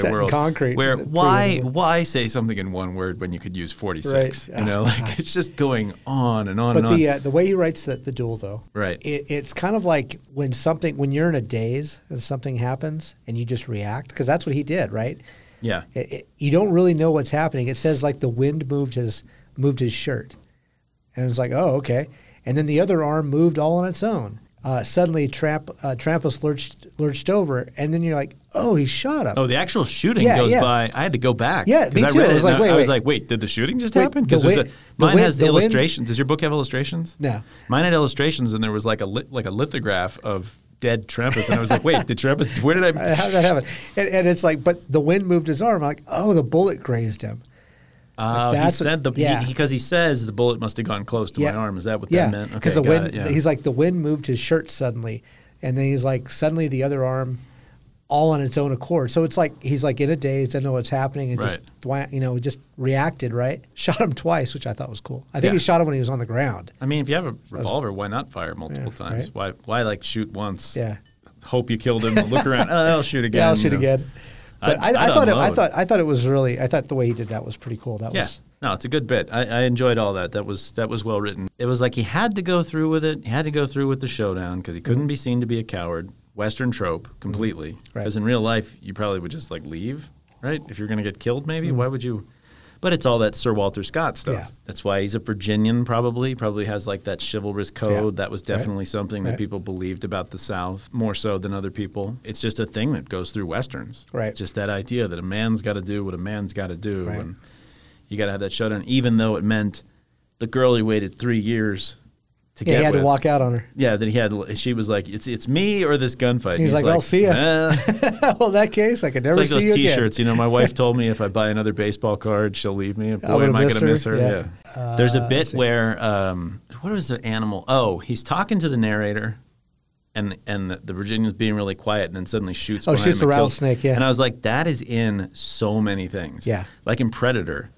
Speaker 2: Set in
Speaker 1: world.
Speaker 2: concrete,
Speaker 1: Where
Speaker 2: the
Speaker 1: why
Speaker 2: pre-Hemingway.
Speaker 1: why say something in one word when you could use 46?
Speaker 2: Right.
Speaker 1: You know, like it's just going on and on
Speaker 2: But
Speaker 1: and on.
Speaker 2: the uh, the way he writes the, the duel though,
Speaker 1: Right.
Speaker 2: It, it's kind of like when something when you're in a daze and something happens and you just react because that's what he did, right?
Speaker 1: yeah.
Speaker 2: It, it, you don't really know what's happening. It says like the wind moved his moved his shirt, and it's like oh okay, and then the other arm moved all on its own. Uh, suddenly, Tramp, uh, Trampus lurched lurched over, and then you're like oh he shot him.
Speaker 1: Oh, the actual shooting
Speaker 2: Yeah,
Speaker 1: goes
Speaker 2: yeah.
Speaker 1: by. I had to go back.
Speaker 2: Yeah,
Speaker 1: 'cause
Speaker 2: me
Speaker 1: I
Speaker 2: too.
Speaker 1: read
Speaker 2: I
Speaker 1: it
Speaker 2: was
Speaker 1: and
Speaker 2: like, wait,
Speaker 1: I was
Speaker 2: wait.
Speaker 1: like, wait, did the shooting just
Speaker 2: Wait,
Speaker 1: happen?
Speaker 2: the
Speaker 1: Because
Speaker 2: wind- the
Speaker 1: mine
Speaker 2: wind-
Speaker 1: has
Speaker 2: the wind-
Speaker 1: illustrations. Does your book have illustrations?
Speaker 2: No.
Speaker 1: Mine had illustrations, and there was like a lit like a lithograph of dead Trampus, and I was like, wait, did Trampus? Where did I?
Speaker 2: How did that happen? And, and it's like, but the wind moved his arm. I'm like, oh, the bullet grazed him.
Speaker 1: Uh, he
Speaker 2: that's what-
Speaker 1: said the
Speaker 2: yeah.
Speaker 1: because he, 'cause he says the bullet must have gone close to my arm. Is that what
Speaker 2: yeah.
Speaker 1: that meant?
Speaker 2: Because
Speaker 1: Okay,
Speaker 2: the
Speaker 1: got
Speaker 2: wind,
Speaker 1: it, yeah.
Speaker 2: he's like, the wind moved his shirt suddenly. And then he's like, suddenly the other arm all on its own accord. So it's like, he's like in a daze, doesn't know what's happening, and
Speaker 1: Right.
Speaker 2: just, thwa- you know, just reacted, right? Shot him twice, which I thought was cool. I think he
Speaker 1: Yeah.
Speaker 2: shot him when he was on the ground.
Speaker 1: I mean, if you have a revolver, why not fire multiple
Speaker 2: Yeah,
Speaker 1: times?
Speaker 2: right.
Speaker 1: Why why like shoot once?
Speaker 2: Yeah.
Speaker 1: Hope you killed him. Look around. Oh, I'll shoot again.
Speaker 2: Yeah, I'll
Speaker 1: you
Speaker 2: shoot
Speaker 1: know.
Speaker 2: again. But I,
Speaker 1: I'd-
Speaker 2: I,
Speaker 1: I'd
Speaker 2: thought it, I
Speaker 1: unload.
Speaker 2: thought I thought it was really I thought the way he did that was pretty cool. That
Speaker 1: Yeah.
Speaker 2: was
Speaker 1: No, it's a good bit. I, I enjoyed all that. That was that was well written. It was like he had to go through with it. He had to go through with the showdown because he
Speaker 2: Mm-hmm.
Speaker 1: couldn't be seen to be a coward. Western trope completely.
Speaker 2: Right.
Speaker 1: Because in real life, you probably would just like leave, right? If you're going to get killed, maybe why would you? But it's all that Sir Walter Scott stuff.
Speaker 2: Mm-hmm. Yeah.
Speaker 1: That's why he's a Virginian. Probably probably has like that chivalrous code. That was definitely something that
Speaker 2: Right.
Speaker 1: people believed about the South more so than other people. It's just a thing that goes through westerns.
Speaker 2: Right.
Speaker 1: Just that idea that a man's got to do what a man's got to do.
Speaker 2: Right.
Speaker 1: And you got to have that showdown, even though it meant the girl he waited three years to
Speaker 2: yeah,
Speaker 1: get
Speaker 2: he had
Speaker 1: with.
Speaker 2: to walk out on her.
Speaker 1: Yeah, that he had. She was like, "It's it's me or this gunfight."
Speaker 2: He's like, "I'll see ya."
Speaker 1: "Nah." It's
Speaker 2: well, in that case, I could never
Speaker 1: like
Speaker 2: see
Speaker 1: those
Speaker 2: you again.
Speaker 1: T-shirts. You know, my wife told me if I buy another baseball card, she'll leave me. And
Speaker 2: I'm gonna
Speaker 1: boy, am I
Speaker 2: miss
Speaker 1: going to
Speaker 2: her.
Speaker 1: miss her.
Speaker 2: Yeah. Uh,
Speaker 1: Yeah. There's a bit where um, what is the animal? Oh, he's talking to the narrator. And, and the, the Virginian's being really quiet, and then suddenly shoots.
Speaker 2: Oh,
Speaker 1: behind
Speaker 2: shoots
Speaker 1: him
Speaker 2: the
Speaker 1: and kills-
Speaker 2: rattlesnake, yeah.
Speaker 1: And I was like, that is in so many things.
Speaker 2: Yeah.
Speaker 1: Like in Predator,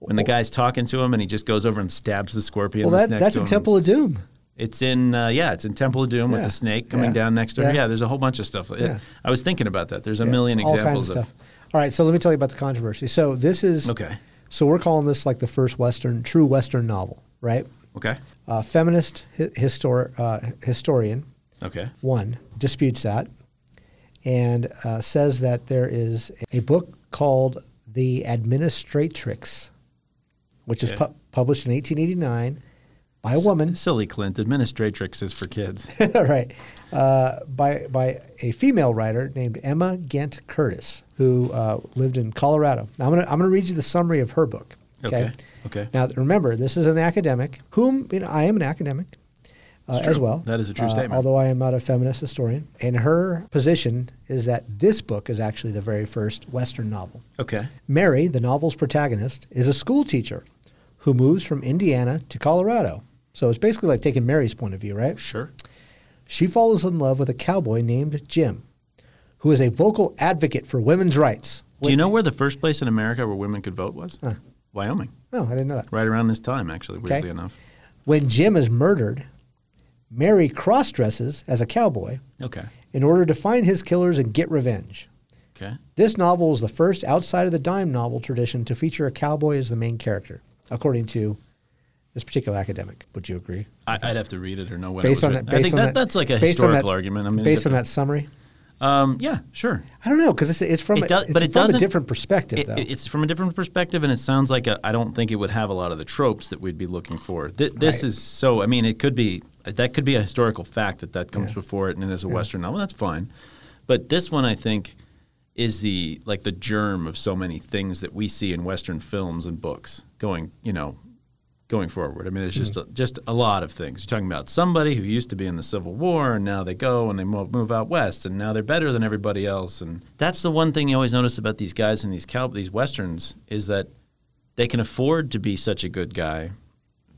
Speaker 1: when the guy's talking to him and he just goes over and stabs the scorpion.
Speaker 2: Well,
Speaker 1: that's
Speaker 2: that,
Speaker 1: next
Speaker 2: that's
Speaker 1: to
Speaker 2: a
Speaker 1: him.
Speaker 2: Temple of Doom.
Speaker 1: It's in uh, yeah, it's in Temple of Doom with
Speaker 2: Yeah.
Speaker 1: the snake coming
Speaker 2: Yeah.
Speaker 1: down next to her.
Speaker 2: Yeah.
Speaker 1: Yeah, there's a whole bunch of stuff. It-
Speaker 2: Yeah.
Speaker 1: I was thinking about that. There's a
Speaker 2: Yeah,
Speaker 1: million
Speaker 2: it's all
Speaker 1: examples
Speaker 2: kinds of,
Speaker 1: of,
Speaker 2: stuff. All right, so let me tell you about the controversy. So this is
Speaker 1: Okay.
Speaker 2: So we're calling this like the first Western, true Western novel, right?
Speaker 1: okay,
Speaker 2: Uh, feminist hi- histor- uh, historian
Speaker 1: okay,
Speaker 2: one disputes that and uh, says that there is a book called The Administratrix, which is
Speaker 1: Okay.
Speaker 2: pu- published in 1889 by a woman.
Speaker 1: silly Clint. Administratrix is for kids.
Speaker 2: right. Uh, by by a female writer named Emma Gent Curtis, who uh, lived in Colorado. Now I'm gonna I'm gonna read you the summary of her book.
Speaker 1: Okay. Okay.
Speaker 2: Now remember, this is an academic. Whom you know, I am an academic. uh, as well.
Speaker 1: That is a true
Speaker 2: Uh,
Speaker 1: statement.
Speaker 2: Although I am not a feminist historian, and her position is that this book is actually the very first Western novel.
Speaker 1: Okay.
Speaker 2: Mary, the novel's protagonist, is a school teacher who moves from Indiana to Colorado. So it's basically like taking Mary's point of view, right?
Speaker 1: Sure.
Speaker 2: She falls in love with a cowboy named Jim, who is a vocal advocate for women's rights.
Speaker 1: Do you know where the first place in America where women could vote was? Wyoming.
Speaker 2: Oh, I didn't know that.
Speaker 1: Right around this time, actually, weirdly enough.
Speaker 2: When Jim is murdered, Mary cross dresses as a cowboy
Speaker 1: Okay.
Speaker 2: in order to find his killers and get revenge.
Speaker 1: Okay.
Speaker 2: This novel is the first outside of the dime novel tradition to feature a cowboy as the main character, according to this particular academic. Would you agree?
Speaker 1: I, I'd have to read it or know what
Speaker 2: Based
Speaker 1: it
Speaker 2: on
Speaker 1: was
Speaker 2: that,
Speaker 1: written.
Speaker 2: based
Speaker 1: I think
Speaker 2: on
Speaker 1: that,
Speaker 2: that,
Speaker 1: that's like a
Speaker 2: based on
Speaker 1: historical
Speaker 2: that-
Speaker 1: argument. I mean,
Speaker 2: based on
Speaker 1: it-
Speaker 2: that summary,
Speaker 1: Um, yeah, sure.
Speaker 2: I don't know because it's, it's from
Speaker 1: It
Speaker 2: a-
Speaker 1: does-
Speaker 2: it's
Speaker 1: but it
Speaker 2: from a
Speaker 1: doesn't-
Speaker 2: different perspective
Speaker 1: It-
Speaker 2: though.
Speaker 1: it- it's from a different perspective, and it sounds like I I don't think it would have a lot of the tropes that we'd be looking for. Th- this is so. I mean, it could be that could be a historical fact that that comes before it, and it is a Western novel. That's fine, but this one I think is the like the germ of so many things that we see in Western films and books going. You know. Going forward, I mean, it's
Speaker 2: Mm-hmm.
Speaker 1: just a, just a lot of things. You're talking about somebody who used to be in the Civil War, and now they go and they move, move out west, and now they're better than everybody else. And that's the one thing you always notice about these guys in these cow these westerns is that they can afford to be such a good guy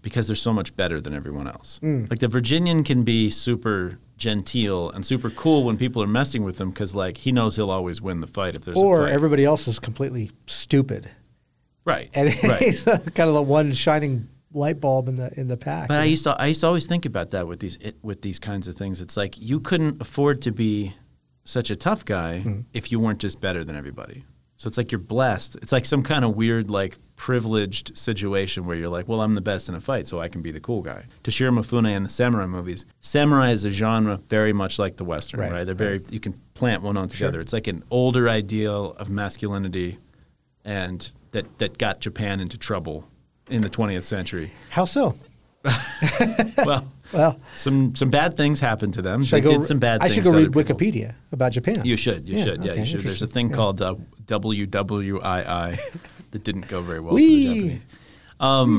Speaker 1: because they're so much better than everyone else.
Speaker 2: Mm.
Speaker 1: Like the Virginian can be super genteel and super cool when people are messing with him because like he knows he'll always win the fight if there's a
Speaker 2: or
Speaker 1: fight.
Speaker 2: everybody else is completely stupid,
Speaker 1: right.
Speaker 2: and
Speaker 1: right.
Speaker 2: he's kind of the one shining light bulb in the in the pack.
Speaker 1: But I used to I used to always think about that with these it, with these kinds of things. It's like you couldn't afford to be such a tough guy if you weren't just better than everybody. So it's like you're blessed. It's like some kind of weird like privileged situation where you're like, well, I'm the best in a fight, so I can be the cool guy. Toshiro Mifune and the samurai movies. Samurai is a genre very much like the western,
Speaker 2: Right,
Speaker 1: right? They're very you can plant one on together. It's like an older ideal of masculinity, and that that got Japan into trouble in the 20th century.
Speaker 2: How so?
Speaker 1: Well.
Speaker 2: Well,
Speaker 1: Some some bad things happened to them.
Speaker 2: should I
Speaker 1: They
Speaker 2: go?
Speaker 1: did some bad
Speaker 2: I
Speaker 1: things.
Speaker 2: should go
Speaker 1: to
Speaker 2: read
Speaker 1: other people.
Speaker 2: Wikipedia about Japan.
Speaker 1: You should. You
Speaker 2: Yeah,
Speaker 1: should. Yeah,
Speaker 2: okay,
Speaker 1: you should. There's a
Speaker 2: interesting.
Speaker 1: thing called uh, WWII that didn't go very well
Speaker 2: Whee!
Speaker 1: for the Japanese.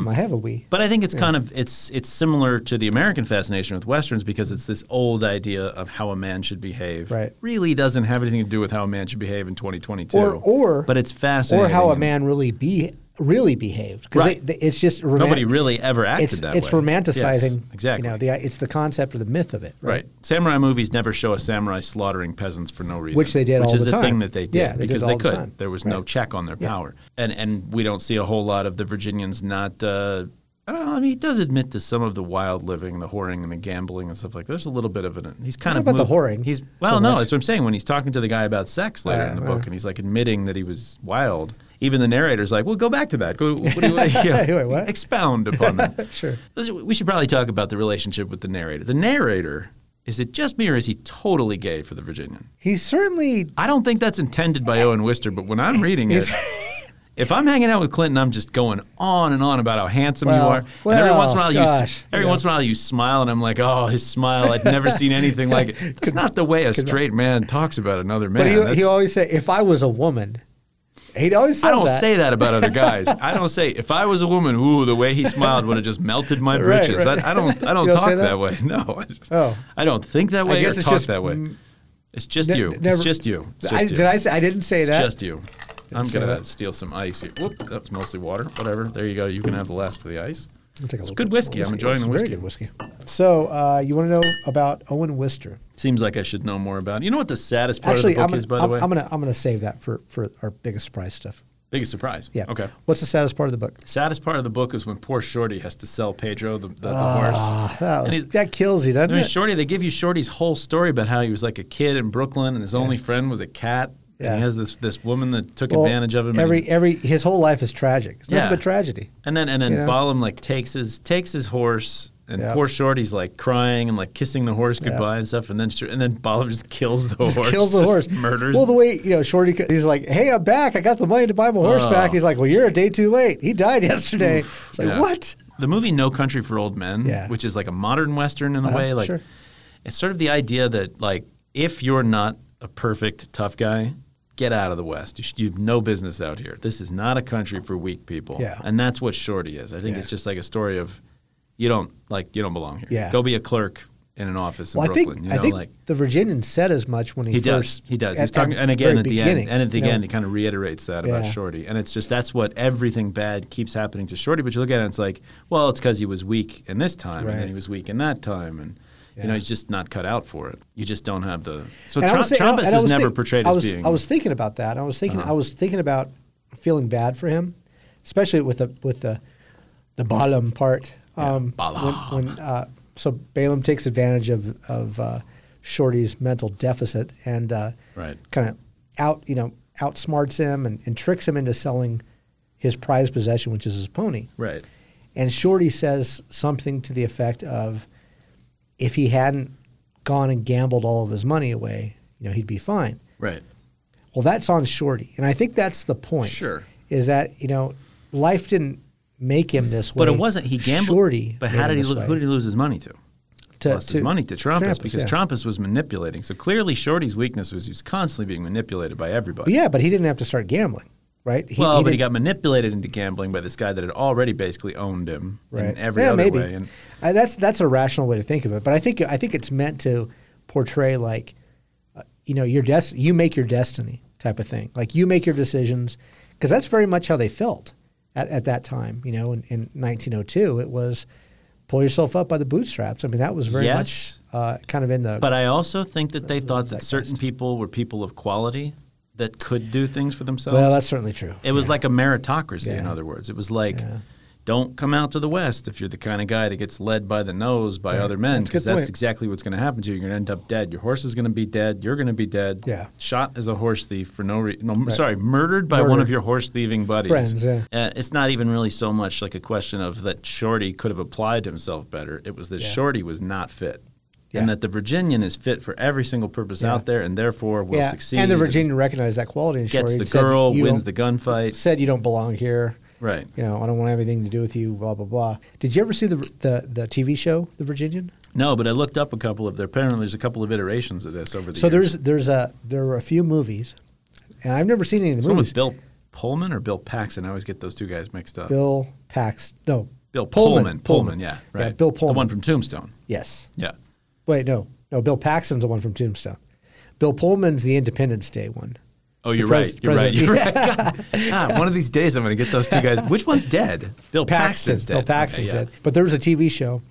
Speaker 2: Hmm, I have a we.
Speaker 1: But I think it's kind of it's it's similar to the American fascination with westerns because it's this old idea of how a man should behave.
Speaker 2: Right.
Speaker 1: Really doesn't have anything to do with how a man should behave in 2022.
Speaker 2: Or- or-
Speaker 1: but it's fascinating.
Speaker 2: Or how a
Speaker 1: and
Speaker 2: man really be really behaved because
Speaker 1: Right.
Speaker 2: it's just roman-
Speaker 1: Nobody really ever acted
Speaker 2: it's,
Speaker 1: that
Speaker 2: it's
Speaker 1: way.
Speaker 2: romanticizing
Speaker 1: Yes, exactly.
Speaker 2: You know, the, it's the concept or the myth of it. Right.
Speaker 1: Right. Samurai movies never show a samurai slaughtering peasants for no reason.
Speaker 2: Which they did
Speaker 1: Which
Speaker 2: all
Speaker 1: is
Speaker 2: the
Speaker 1: a thing
Speaker 2: time.
Speaker 1: that they did
Speaker 2: Yeah, they did
Speaker 1: because
Speaker 2: it
Speaker 1: they
Speaker 2: all the
Speaker 1: could.
Speaker 2: time.
Speaker 1: There was no check on their power. And and we don't see a whole lot of the Virginians not uh well, I mean, he does admit to some of the wild living, the whoring and the gambling and stuff like that. There's a little bit of it. in- He's kind
Speaker 2: Not
Speaker 1: of
Speaker 2: about the
Speaker 1: moved-
Speaker 2: whoring
Speaker 1: He's
Speaker 2: so
Speaker 1: well, no,
Speaker 2: much.
Speaker 1: that's what I'm saying. When he's talking to the guy about sex later in the book, and he's like admitting that he was wild. Even the narrator's like, "Well, go back to that. Go, what do you, yeah.
Speaker 2: Wait, what?
Speaker 1: Expound upon that."
Speaker 2: Sure.
Speaker 1: Let's- We should probably talk about the relationship with the narrator. The narrator, is it just me or is he totally gay for the Virginian?
Speaker 2: He's certainly
Speaker 1: I don't think that's intended by Owen Wister, but when I'm reading it, if I'm hanging out with Clinton, I'm just going on and on about how handsome you
Speaker 2: Well,
Speaker 1: are. and every
Speaker 2: well,
Speaker 1: once in a while, you, s-
Speaker 2: gosh,
Speaker 1: every
Speaker 2: you know.
Speaker 1: once in a while you smile, and I'm like, oh, his smile. I've never seen anything like it. It's not the way a straight man talks about another man.
Speaker 2: But
Speaker 1: That's-
Speaker 2: he, he always say, if I was a woman, he'd always say
Speaker 1: I don't
Speaker 2: that.
Speaker 1: say that about other guys. I don't say if I was a woman, ooh, the way he smiled would have just melted my
Speaker 2: Right,
Speaker 1: britches.
Speaker 2: right.
Speaker 1: I, I don't. I don't
Speaker 2: You don't
Speaker 1: talk
Speaker 2: say
Speaker 1: that?
Speaker 2: that?
Speaker 1: way. No. I just-
Speaker 2: Oh.
Speaker 1: I don't think that way
Speaker 2: guess
Speaker 1: or
Speaker 2: it's
Speaker 1: talk
Speaker 2: just,
Speaker 1: that way.
Speaker 2: mm,
Speaker 1: It's just
Speaker 2: Ne-
Speaker 1: you.
Speaker 2: never-
Speaker 1: it's just you. It's just
Speaker 2: I,
Speaker 1: you.
Speaker 2: did I say I didn't say
Speaker 1: It's
Speaker 2: that?
Speaker 1: just you. I'm
Speaker 2: say
Speaker 1: gonna
Speaker 2: that.
Speaker 1: steal some ice here. Whoop, that was mostly water. Whatever. There you go. You can have the last of the ice.
Speaker 2: I'll take a
Speaker 1: It's
Speaker 2: little
Speaker 1: good
Speaker 2: bit.
Speaker 1: whiskey. I'm enjoying
Speaker 2: It's
Speaker 1: the
Speaker 2: very
Speaker 1: whiskey.
Speaker 2: good whiskey. So uh, you want to know about Owen Wister?
Speaker 1: Seems like I should know more about. It. You know what the saddest part
Speaker 2: Actually,
Speaker 1: of the book
Speaker 2: I'm gonna,
Speaker 1: is, by
Speaker 2: I'm,
Speaker 1: the way.
Speaker 2: I'm gonna I'm gonna save that for for our biggest surprise stuff.
Speaker 1: Biggest surprise.
Speaker 2: Yeah.
Speaker 1: Okay.
Speaker 2: What's the saddest part of the book?
Speaker 1: Saddest part of the book is when poor Shorty has to sell Pedro the, the, the horse.
Speaker 2: Ah, that, was-
Speaker 1: And he's-
Speaker 2: that kills you, doesn't
Speaker 1: I mean,
Speaker 2: it?
Speaker 1: Shorty, they give you Shorty's whole story about how he was like a kid in Brooklyn and his only friend was a cat. And
Speaker 2: Yeah.
Speaker 1: he has this, this woman that took
Speaker 2: Well,
Speaker 1: advantage of him. and
Speaker 2: Every
Speaker 1: he-
Speaker 2: every his whole life is tragic. It's
Speaker 1: Yeah.
Speaker 2: nothing but tragedy.
Speaker 1: and then and then
Speaker 2: you know?
Speaker 1: Balam like takes his takes his horse and
Speaker 2: Yeah.
Speaker 1: poor Shorty's like crying and like kissing the horse goodbye and stuff. And then Sh- and then Balam just kills the horse.
Speaker 2: Kills the
Speaker 1: just
Speaker 2: horse.
Speaker 1: Murders.
Speaker 2: Well, the way you know, Shorty, co- he's like, "Hey, I'm back. I got the money to buy my horse
Speaker 1: Oh.
Speaker 2: back." He's like, "Well, you're a day too late. He died yesterday." It's like,
Speaker 1: Yeah.
Speaker 2: "What?"
Speaker 1: The movie No Country for Old Men,
Speaker 2: Yeah. Uh-huh.
Speaker 1: which is like a modern western in a way, like
Speaker 2: sure.
Speaker 1: it's sort of the idea that like if you're not a perfect tough guy, get out of the west. You, sh- you've no business out here. This is not a country for weak people.
Speaker 2: Yeah.
Speaker 1: And that's what Shorty is. I think it's just like a story of you don't like you don't belong here.
Speaker 2: Yeah.
Speaker 1: Go be a clerk in an office in
Speaker 2: Well, I
Speaker 1: Brooklyn.
Speaker 2: think
Speaker 1: you
Speaker 2: I
Speaker 1: know,
Speaker 2: think
Speaker 1: like
Speaker 2: the Virginian said as much when he,
Speaker 1: he does.
Speaker 2: first.
Speaker 1: He does.
Speaker 2: at-
Speaker 1: He's talking,
Speaker 2: at
Speaker 1: and
Speaker 2: the
Speaker 1: again
Speaker 2: very
Speaker 1: at the
Speaker 2: beginning,
Speaker 1: end, and at the
Speaker 2: you know?
Speaker 1: end, it kind of reiterates that about
Speaker 2: Yeah.
Speaker 1: Shorty, and it's just that's what everything bad keeps happening to Shorty. But you look at it, and it's like, well, it's because he was weak in this time, and
Speaker 2: Right.
Speaker 1: then he was weak in that time, and you know he's just not cut out for it. You just don't have the so
Speaker 2: And I
Speaker 1: Trom-
Speaker 2: was saying-
Speaker 1: Trombus
Speaker 2: and I
Speaker 1: is
Speaker 2: was
Speaker 1: never
Speaker 2: think-
Speaker 1: portrayed
Speaker 2: I
Speaker 1: as
Speaker 2: was,
Speaker 1: being. Uh-huh.
Speaker 2: I was thinking about that. I was thinking. I was thinking about feeling bad for him, especially with the with the the Balaam part. Um, When, when uh, so Balaam takes advantage of of uh, Shorty's mental deficit and uh,
Speaker 1: Right.
Speaker 2: kind of out you know outsmarts him and, and tricks him into selling his prized possession, which is his pony.
Speaker 1: right.
Speaker 2: And Shorty says something to the effect of, if he hadn't gone and gambled all of his money away, you know, he'd be fine.
Speaker 1: Right.
Speaker 2: Well, that's on Shorty. And I think that's the point.
Speaker 1: Sure.
Speaker 2: Is that, you know, life didn't make him this way.
Speaker 1: But it wasn't. He gambled.
Speaker 2: Shorty.
Speaker 1: But
Speaker 2: made
Speaker 1: how
Speaker 2: him
Speaker 1: did he?
Speaker 2: this
Speaker 1: Lo-
Speaker 2: way.
Speaker 1: who did he lose his money to?
Speaker 2: To-
Speaker 1: Lost his
Speaker 2: to
Speaker 1: money to Trumpus,
Speaker 2: Trumpus,
Speaker 1: because
Speaker 2: yeah.
Speaker 1: Trumpus was manipulating. So clearly, Shorty's weakness was he was constantly being manipulated by everybody.
Speaker 2: But yeah, but he didn't have to start gambling, right? He,
Speaker 1: well, but he
Speaker 2: didn't-
Speaker 1: got manipulated into gambling by this guy that had already basically owned him in every
Speaker 2: yeah,
Speaker 1: other
Speaker 2: maybe.
Speaker 1: way. And
Speaker 2: I, that's that's a rational way to think of it. But I think I think it's meant to portray like, uh, you know, your des- you make your destiny type of thing. Like you make your decisions, because that's very much how they felt at, at that time. You know, in, in 1902, it was pull yourself up by the bootstraps. I mean, that was very
Speaker 1: Yes.
Speaker 2: much uh, kind of in the.
Speaker 1: but I also think that they thought that certain people were people of quality that could do things for themselves.
Speaker 2: well, that's certainly true.
Speaker 1: It was like a meritocracy, in
Speaker 2: Yeah.
Speaker 1: other words. It was like, don't come out to the West if you're the kind of guy that gets led by the nose by other men,
Speaker 2: a
Speaker 1: because
Speaker 2: good
Speaker 1: that's,
Speaker 2: point.
Speaker 1: exactly what's going to happen to you. You're going to end up dead. Your horse is going to be dead. You're going to be dead.
Speaker 2: Yeah.
Speaker 1: Shot as a horse thief for no reason. No, m- Sorry, murdered by one
Speaker 2: Murdered.
Speaker 1: of your horse thieving buddies.
Speaker 2: Friends, yeah.
Speaker 1: Uh, it's not even really so much like a question of that Shorty could have applied himself better. It was that Shorty was not fit.
Speaker 2: Yeah.
Speaker 1: And that the Virginian is fit for every single purpose out there, and therefore will
Speaker 2: yeah,
Speaker 1: succeed.
Speaker 2: and the Virginian recognized that quality. in
Speaker 1: gets
Speaker 2: Shorty
Speaker 1: the
Speaker 2: and said,
Speaker 1: girl,
Speaker 2: "You
Speaker 1: wins
Speaker 2: don't-
Speaker 1: the gunfight.
Speaker 2: said you don't belong here.
Speaker 1: Right.
Speaker 2: You know, I don't want anything to do with you. Blah blah blah. Did you ever see the the, the TV show The Virginian?
Speaker 1: No, but I looked up a couple of there. Apparently, there's a couple of iterations of this over the
Speaker 2: So
Speaker 1: years.
Speaker 2: there's there's a there were a few movies, and I've never seen any of the
Speaker 1: one
Speaker 2: movies.
Speaker 1: with Bill Pullman or Bill Paxton. I always get those two guys mixed up.
Speaker 2: Bill Pax. No.
Speaker 1: Bill Pullman. Pullman. yeah, right.
Speaker 2: Bill Pullman.
Speaker 1: The one from Tombstone.
Speaker 2: Yes.
Speaker 1: Yeah.
Speaker 2: Wait, no, no. Bill Paxton's the one from Tombstone. Bill Pullman's the Independence Day one.
Speaker 1: Oh, you're
Speaker 2: pres-
Speaker 1: right. You're right.
Speaker 2: president-
Speaker 1: You're right. God, Ah, one of these days, I'm going to get those two guys. Which one's dead? Bill
Speaker 2: Paxton.
Speaker 1: Paxton's dead.
Speaker 2: Bill Paxton's
Speaker 1: Okay, yeah.
Speaker 2: dead. But there was a TV show.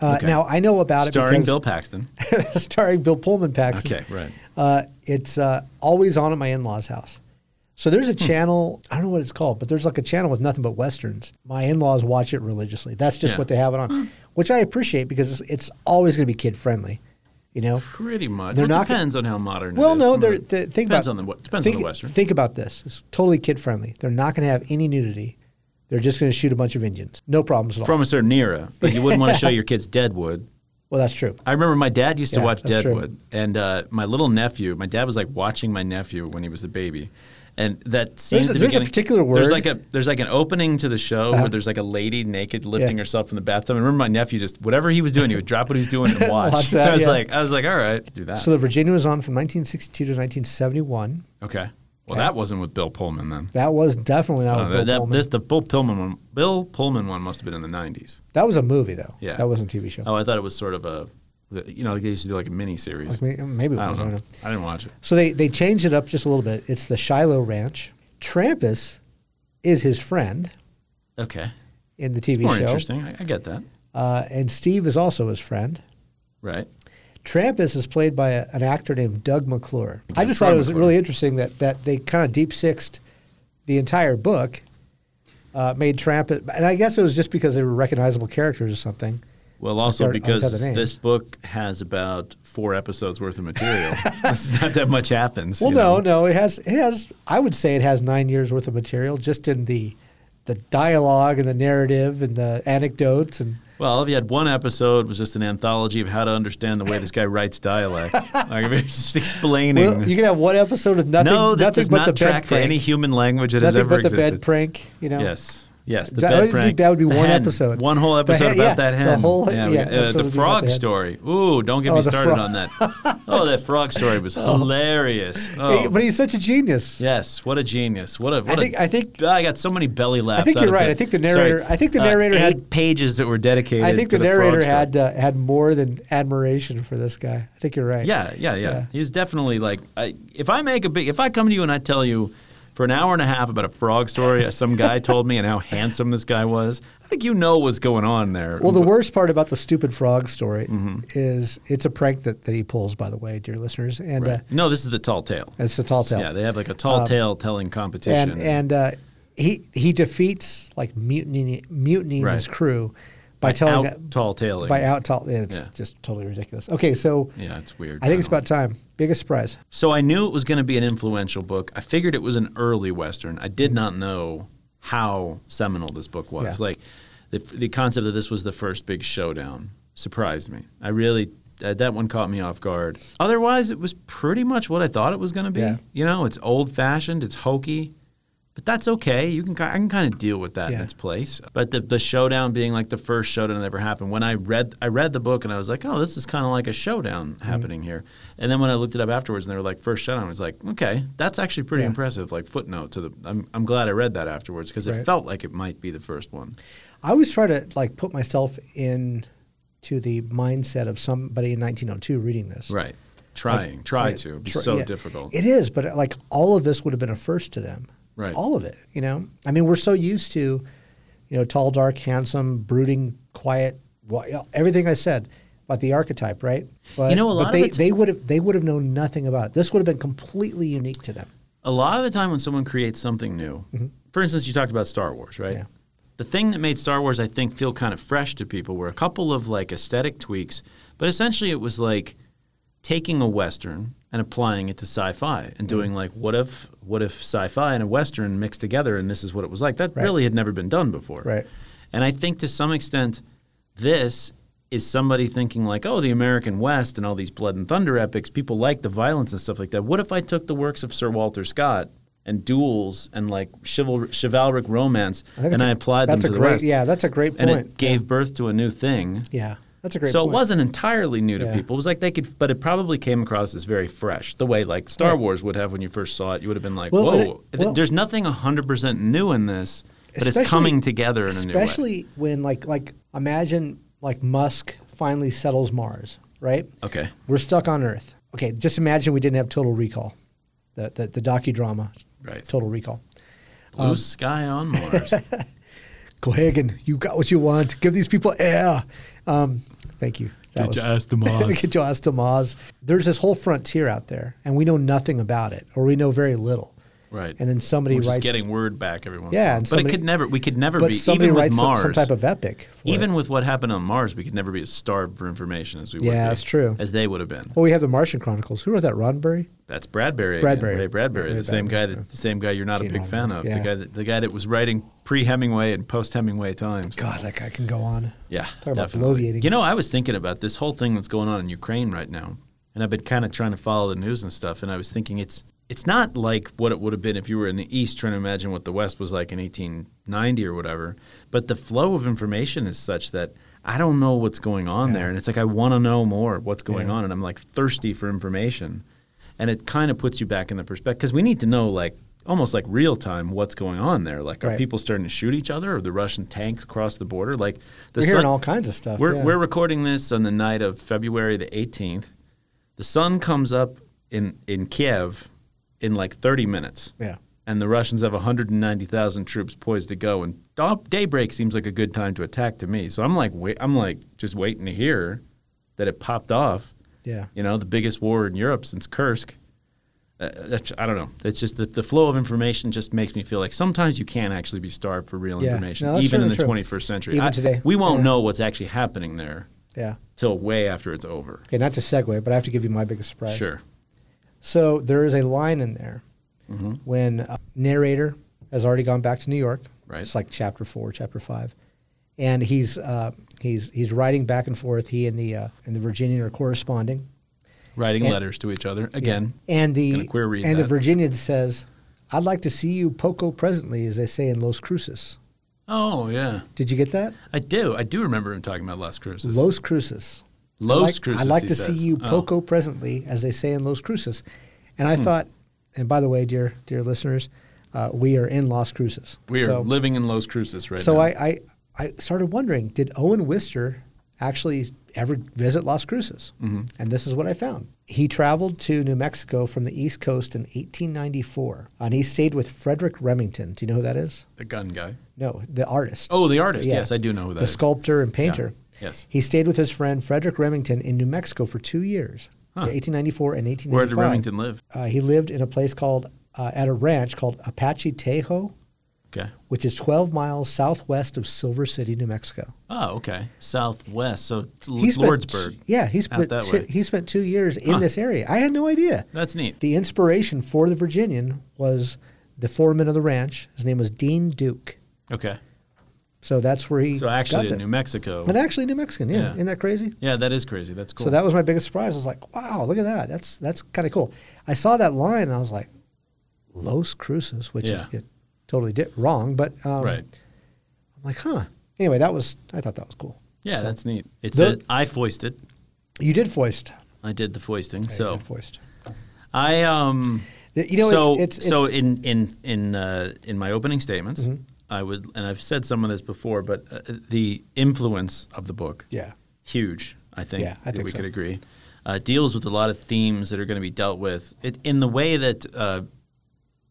Speaker 2: Uh,
Speaker 1: Okay.
Speaker 2: Now I know about
Speaker 1: Starring
Speaker 2: it
Speaker 1: Bill Paxton.
Speaker 2: Bill starring Bill Pullman Paxton.
Speaker 1: Okay, right.
Speaker 2: Uh, it's uh, always on at my in law's house. So there's
Speaker 1: Hmm.
Speaker 2: a channel, I don't know what it's called, but there's like a channel with nothing but Westerns. My in laws watch it religiously. That's just
Speaker 1: Yeah.
Speaker 2: what they have it on, which I appreciate because it's, it's always going to be kid friendly, you know?
Speaker 1: Pretty much.
Speaker 2: They're
Speaker 1: Well,
Speaker 2: not-
Speaker 1: it depends on how modern.
Speaker 2: Well,
Speaker 1: it is.
Speaker 2: no,
Speaker 1: Some of
Speaker 2: they're,
Speaker 1: it
Speaker 2: they think
Speaker 1: depends
Speaker 2: about
Speaker 1: on the what depends
Speaker 2: think,
Speaker 1: on the western.
Speaker 2: Think about this. It's totally kid friendly. They're not going to have any nudity. They're just going to shoot a bunch of Indians. No problems at all.
Speaker 1: from a certain era, but you wouldn't want to show your kids Deadwood.
Speaker 2: well, that's true.
Speaker 1: I remember my dad used
Speaker 2: Yeah,
Speaker 1: to watch
Speaker 2: that's true.
Speaker 1: Deadwood, and uh, my little nephew. My dad was like watching my nephew when he was a baby, and that scene.
Speaker 2: There's
Speaker 1: at
Speaker 2: a-
Speaker 1: the
Speaker 2: there's a
Speaker 1: beginning-
Speaker 2: particular word. Uh-huh.
Speaker 1: There's like a there's like an opening to the show where there's like a lady naked lifting herself in the bathtub. And I remember my nephew just whatever he was doing, he would drop what he was doing and watch.
Speaker 2: Watch that,
Speaker 1: I was
Speaker 2: yeah.
Speaker 1: like, I was like, all right, do that.
Speaker 2: So the Virginia was on from 1962 to 1971.
Speaker 1: okay. Well, that wasn't with Bill Pullman then.
Speaker 2: That was definitely not
Speaker 1: Oh,
Speaker 2: with
Speaker 1: that,
Speaker 2: Bill
Speaker 1: that-
Speaker 2: Pullman.
Speaker 1: this the Bill Pullman one. Bill Pullman one must have been in the '90s.
Speaker 2: That was a movie, though.
Speaker 1: Yeah.
Speaker 2: That wasn't a TV show.
Speaker 1: Oh, I thought it was sort of a, you know, like they used to do like a mini series.
Speaker 2: Like, may- Maybe it
Speaker 1: I
Speaker 2: was.
Speaker 1: don't
Speaker 2: I
Speaker 1: know.
Speaker 2: don't know.
Speaker 1: I didn't watch it.
Speaker 2: So they, they changed it up just a little bit. It's the Shiloh Ranch. Trampus is his friend
Speaker 1: Okay.
Speaker 2: in the TV
Speaker 1: More
Speaker 2: show.
Speaker 1: interesting. I, I get that.
Speaker 2: Uh, and Steve is also his friend.
Speaker 1: Right.
Speaker 2: Trampus is played by a, an actor named Doug McClure. I just
Speaker 1: Doug
Speaker 2: thought it was
Speaker 1: McClure.
Speaker 2: really interesting that, that they kind of deep sixed the entire book, uh, made Trampus. And I guess it was just because they were recognizable characters or something.
Speaker 1: Well, also
Speaker 2: Sorry, I always
Speaker 1: because
Speaker 2: had the names.
Speaker 1: this book has about four episodes worth of material. it's not that much happens.
Speaker 2: Well,
Speaker 1: you
Speaker 2: no,
Speaker 1: know.
Speaker 2: no, it has it has. I would say it has nine years worth of material just in the the dialogue and the narrative and the anecdotes and
Speaker 1: Well, if you had one episode, it was just an anthology of how to understand the way this guy writes dialect. like, it's just explaining.
Speaker 2: well, you can have one episode of nothing.
Speaker 1: no, this
Speaker 2: nothing
Speaker 1: does
Speaker 2: but
Speaker 1: not
Speaker 2: the
Speaker 1: track
Speaker 2: bed
Speaker 1: to
Speaker 2: prank.
Speaker 1: any human language that has
Speaker 2: nothing
Speaker 1: ever
Speaker 2: but the
Speaker 1: existed.
Speaker 2: bed prank. You know,
Speaker 1: Yes. Yes, the
Speaker 2: That- I
Speaker 1: bed
Speaker 2: think
Speaker 1: prank.
Speaker 2: that would be
Speaker 1: The
Speaker 2: one
Speaker 1: hen.
Speaker 2: episode.
Speaker 1: One whole
Speaker 2: The
Speaker 1: episode
Speaker 2: hen-
Speaker 1: about
Speaker 2: yeah,
Speaker 1: that
Speaker 2: the
Speaker 1: hen.
Speaker 2: whole- yeah,
Speaker 1: we got- uh,
Speaker 2: episode
Speaker 1: the
Speaker 2: about
Speaker 1: frog
Speaker 2: the hen.
Speaker 1: story. Ooh, don't get
Speaker 2: Oh,
Speaker 1: me
Speaker 2: the
Speaker 1: started
Speaker 2: frog. Oh.
Speaker 1: on that. Oh, that frog story was hilarious.
Speaker 2: Hey,
Speaker 1: Oh.
Speaker 2: but he's such a genius.
Speaker 1: Yes, what a genius! What a what
Speaker 2: think-
Speaker 1: a,
Speaker 2: I think-
Speaker 1: I got so many belly laughs.
Speaker 2: think
Speaker 1: out
Speaker 2: you're
Speaker 1: of
Speaker 2: right.
Speaker 1: it.
Speaker 2: I think the
Speaker 1: Sorry. Uh,
Speaker 2: narrator- I think the narrator
Speaker 1: eight
Speaker 2: had-
Speaker 1: pages that were dedicated.
Speaker 2: I think
Speaker 1: to
Speaker 2: the
Speaker 1: the frog
Speaker 2: narrator
Speaker 1: story.
Speaker 2: had uh, had more than admiration for this guy. I think you're right.
Speaker 1: Yeah, yeah, yeah. He's definitely like, I, if I make a big, if I come to you and I tell you for an hour and a half about a frog story, uh, some guy told me and how handsome this guy was, I think you know what's going on there.
Speaker 2: Well, the
Speaker 1: But-
Speaker 2: worst part about the stupid frog story
Speaker 1: Mm-hmm.
Speaker 2: is it's a prank that, that he pulls, by the way, dear listeners, and uh,
Speaker 1: no, this is the tall tale.
Speaker 2: it's a tall tale. Um,
Speaker 1: Yeah, they have like a tall tale telling competition.
Speaker 2: and and uh, he he defeats like mutiny mutinying
Speaker 1: Right.
Speaker 2: his crew by,
Speaker 1: By
Speaker 2: telling
Speaker 1: out tall tailing.
Speaker 2: by out tall. It's
Speaker 1: Yeah.
Speaker 2: just totally ridiculous. Okay, so
Speaker 1: yeah, it's weird.
Speaker 2: I think it's
Speaker 1: don't-
Speaker 2: about time. Biggest surprise.
Speaker 1: So I knew it was going to be an influential book. I figured it was an early Western. I did not know how seminal this book was.
Speaker 2: Yeah.
Speaker 1: Like the, the concept that this was the first big showdown surprised me. I really, uh, that one caught me off guard. Otherwise, it was pretty much what I thought it was going to be.
Speaker 2: Yeah.
Speaker 1: You know, it's old fashioned, it's hokey. But that's okay. You can ki- I can kind of deal with that in
Speaker 2: Yeah.
Speaker 1: its place. But the, the showdown being like the first showdown that ever happened. When I read I read the book and I was like, oh, this is kind of like a showdown
Speaker 2: Mm-hmm.
Speaker 1: happening here. And then when I looked it up afterwards and they were like first showdown, I was like, okay, that's actually pretty
Speaker 2: Yeah.
Speaker 1: impressive. Like footnote to the. I'm I'm glad I read that afterwards because it
Speaker 2: Right.
Speaker 1: felt like it might be the first one.
Speaker 2: I always try to like put myself in to the mindset of somebody in 1902 reading this.
Speaker 1: Right. Trying, try
Speaker 2: Like,
Speaker 1: to. It'd be
Speaker 2: tr-
Speaker 1: so
Speaker 2: yeah.
Speaker 1: difficult.
Speaker 2: It is, but like all of this would have been a first to them.
Speaker 1: Right.
Speaker 2: All of it, you know. I mean, we're so used to, you know, tall, dark, handsome, brooding, quiet. Well, you know, everything I said about the archetype, right? But,
Speaker 1: You know, a lot
Speaker 2: but
Speaker 1: of
Speaker 2: they
Speaker 1: it's-
Speaker 2: they would have they would have known nothing about it. This would have been completely unique to them.
Speaker 1: a lot of the time when someone creates something new, for instance, you talked about Star Wars, right?
Speaker 2: Mm-hmm. Yeah.
Speaker 1: The thing that made Star Wars, I think, feel kind of fresh to people were a couple of like aesthetic tweaks, but essentially it was like taking a Western and applying it to sci-fi
Speaker 2: Mm-hmm.
Speaker 1: and doing like, what if, what if sci-fi and a Western mixed together, and this is what it was like? That really had never been done before.
Speaker 2: Right.
Speaker 1: And I think to some extent, this is somebody thinking like, oh, the American West and all these blood and thunder epics, people like the violence and stuff like that. What if I took the works of Sir Walter Scott and duels and like chival- chivalric romance
Speaker 2: I think
Speaker 1: and
Speaker 2: it's
Speaker 1: I
Speaker 2: a-
Speaker 1: applied them
Speaker 2: that's
Speaker 1: to
Speaker 2: a
Speaker 1: the
Speaker 2: great,
Speaker 1: West?
Speaker 2: Yeah, that's a great
Speaker 1: and
Speaker 2: point.
Speaker 1: it gave birth to a new thing.
Speaker 2: yeah, that's a great.
Speaker 1: so
Speaker 2: point.
Speaker 1: it wasn't entirely new to
Speaker 2: Yeah.
Speaker 1: people. It was like they could, but it probably came across as very fresh, the way like Star Wars would have when you first saw it. You would have been like,
Speaker 2: Well,
Speaker 1: whoa,
Speaker 2: and it-
Speaker 1: th-
Speaker 2: well-
Speaker 1: there's nothing 100% new in this, but it's
Speaker 2: Especially-
Speaker 1: coming together in a new way.
Speaker 2: especially when like like imagine like Musk finally settles Mars, right?
Speaker 1: Okay.
Speaker 2: We're stuck on Earth. Okay, just imagine we didn't have Total Recall, the the, the docudrama,
Speaker 1: Right.
Speaker 2: Total Recall. Um,
Speaker 1: Blue sky on Mars.
Speaker 2: Go Hagen, you got what you want. Give these people air. Um, thank you. That was-
Speaker 1: to
Speaker 2: Get your ass to Mars. There's this whole frontier out there, and we know nothing about it, or we know very little.
Speaker 1: right.
Speaker 2: And then somebody
Speaker 1: We're just
Speaker 2: writes,
Speaker 1: getting word back every once.
Speaker 2: Yeah,
Speaker 1: in a while.
Speaker 2: and
Speaker 1: but it
Speaker 2: somebody-
Speaker 1: could never. We could never
Speaker 2: but
Speaker 1: be
Speaker 2: somebody
Speaker 1: even with
Speaker 2: writes some,
Speaker 1: Mars.
Speaker 2: some type of epic. For it.
Speaker 1: even with what happened on Mars, we could never be as starved for information as we would.
Speaker 2: Yeah,
Speaker 1: be,
Speaker 2: that's true.
Speaker 1: As they would have been.
Speaker 2: well, we have the Martian Chronicles. Who wrote that? Roddenberry.
Speaker 1: That's Bradbury. again,
Speaker 2: Bradbury.
Speaker 1: Ray Bradbury,
Speaker 2: Ray
Speaker 1: the same guy. That, the same guy you're not a
Speaker 2: Gene
Speaker 1: big fan
Speaker 2: Roddenberry,
Speaker 1: of.
Speaker 2: yeah.
Speaker 1: The guy that the guy that was writing pre Hemingway and post Hemingway times.
Speaker 2: God, that guy can go on.
Speaker 1: Yeah,
Speaker 2: Talk about
Speaker 1: definitely.
Speaker 2: bloviating.
Speaker 1: You know, I was thinking about this whole thing that's going on in Ukraine right now, and I've been kind of trying to follow the news and stuff. And I was thinking it's it's not like what it would have been if you were in the East trying to imagine what the West was like in 1890 or whatever. But the flow of information is such that I don't know what's going on there, and it's like I want to know more of what's going on, and I'm like thirsty for information, and it kind of puts you back in the perspective because we need to know like. Almost like real time, what's going on there? Like, are
Speaker 2: Right.
Speaker 1: people starting to shoot each other? Or the Russian tanks across the border? Like, the
Speaker 2: We're hearing
Speaker 1: sun-
Speaker 2: all kinds of stuff.
Speaker 1: we're,
Speaker 2: yeah.
Speaker 1: we're recording this on the night of February the 18th. The sun comes up in, in Kiev in like 30 minutes.
Speaker 2: Yeah.
Speaker 1: And the Russians have 190,000 troops poised to go. And da- daybreak seems like a good time to attack to me. So I'm like, wait, I'm like just waiting to hear that it popped off.
Speaker 2: Yeah.
Speaker 1: You know, the biggest war in Europe since Kursk. Uh, that's, I don't know. It's just that the flow of information just makes me feel like sometimes you can't actually be starved for real
Speaker 2: Yeah.
Speaker 1: information,
Speaker 2: No, that's
Speaker 1: even in the
Speaker 2: certainly true.
Speaker 1: 21st century.
Speaker 2: Even
Speaker 1: I-
Speaker 2: today.
Speaker 1: We won't
Speaker 2: Yeah.
Speaker 1: know what's actually happening there
Speaker 2: Yeah.
Speaker 1: till way after it's over.
Speaker 2: Okay, not to segue, but I have to give you my biggest surprise.
Speaker 1: Sure.
Speaker 2: So there is a line in there
Speaker 1: Mm-hmm.
Speaker 2: when a narrator has already gone back to New York.
Speaker 1: Right.
Speaker 2: It's like chapter four, chapter five, and he's uh, he's he's writing back and forth. He and the uh, and the Virginian are corresponding,
Speaker 1: Writing
Speaker 2: And-
Speaker 1: letters to each other again.
Speaker 2: and the
Speaker 1: Gonna query
Speaker 2: and the
Speaker 1: that.
Speaker 2: Virginian says, "I'd like to see you poco presently," as they say in Los Cruces.
Speaker 1: Oh yeah,
Speaker 2: Did you get that?
Speaker 1: I do. I do remember him talking about Las Cruces.
Speaker 2: Los Cruces.
Speaker 1: Los
Speaker 2: I like,
Speaker 1: Cruces.
Speaker 2: I'd like
Speaker 1: he
Speaker 2: to see
Speaker 1: says.
Speaker 2: you
Speaker 1: Oh. Hmm.
Speaker 2: poco presently, as they say in Los Cruces. And I thought, and by the way, dear dear listeners, uh, we are in Los Cruces.
Speaker 1: We are
Speaker 2: So,
Speaker 1: living in Los Cruces right
Speaker 2: so
Speaker 1: now.
Speaker 2: I, I I started wondering, did Owen Wister actually ever visit Las Cruces? Mm-hmm. And this is what I found. He traveled to New Mexico from the East Coast in 1894, and he stayed with Frederick Remington. Do you know who that is?
Speaker 1: the gun guy.
Speaker 2: No, the artist.
Speaker 1: Oh, the artist.
Speaker 2: Yeah.
Speaker 1: Yes, I do know who that
Speaker 2: the
Speaker 1: is.
Speaker 2: sculptor and painter.
Speaker 1: Yes.
Speaker 2: He stayed with his friend Frederick Remington in New Mexico for two years, 1894 and 1895.
Speaker 1: Where did Remington live?
Speaker 2: Uh, he lived in a place called, uh, at a ranch called Apache Tejo,
Speaker 1: Okay.
Speaker 2: which is 12 miles southwest of Silver City, New Mexico.
Speaker 1: Oh, okay. Southwest. So it's L-
Speaker 2: He spent-
Speaker 1: Lordsburg.
Speaker 2: Yeah, he spent,
Speaker 1: that
Speaker 2: two,
Speaker 1: way.
Speaker 2: he spent two years in this area. I had no idea.
Speaker 1: That's neat.
Speaker 2: The inspiration for the Virginian was the foreman of the ranch. His name was Dean Duke.
Speaker 1: Okay.
Speaker 2: So that's where he
Speaker 1: So actually,
Speaker 2: Mm, got
Speaker 1: in New Mexico.
Speaker 2: But actually New Mexican, yeah.
Speaker 1: Yeah.
Speaker 2: Isn't that crazy?
Speaker 1: Yeah, that is crazy. That's cool.
Speaker 2: So that was my biggest surprise. I was like, wow, look at that. That's that's kind of cool. I saw that line and I was like, Los Cruces, which
Speaker 1: Yeah.
Speaker 2: you totally did wrong, but um,
Speaker 1: right.
Speaker 2: I'm like, huh. Anyway, that was I thought that was cool.
Speaker 1: Yeah, that's neat. It's
Speaker 2: The-
Speaker 1: a, I foisted.
Speaker 2: You did foist.
Speaker 1: I did the foisting.
Speaker 2: Yeah, you
Speaker 1: so
Speaker 2: did foist.
Speaker 1: I um.
Speaker 2: Th- You know,
Speaker 1: so
Speaker 2: it's, it's,
Speaker 1: so
Speaker 2: it's Mm-hmm.
Speaker 1: in in in uh, in my opening statements, I would and I've said some of this before, but uh, the influence of the book,
Speaker 2: yeah,
Speaker 1: huge. I think,
Speaker 2: Yeah, I think
Speaker 1: we
Speaker 2: so.
Speaker 1: could agree. Uh, deals with a lot of themes that are going to be dealt with it, in the way that uh,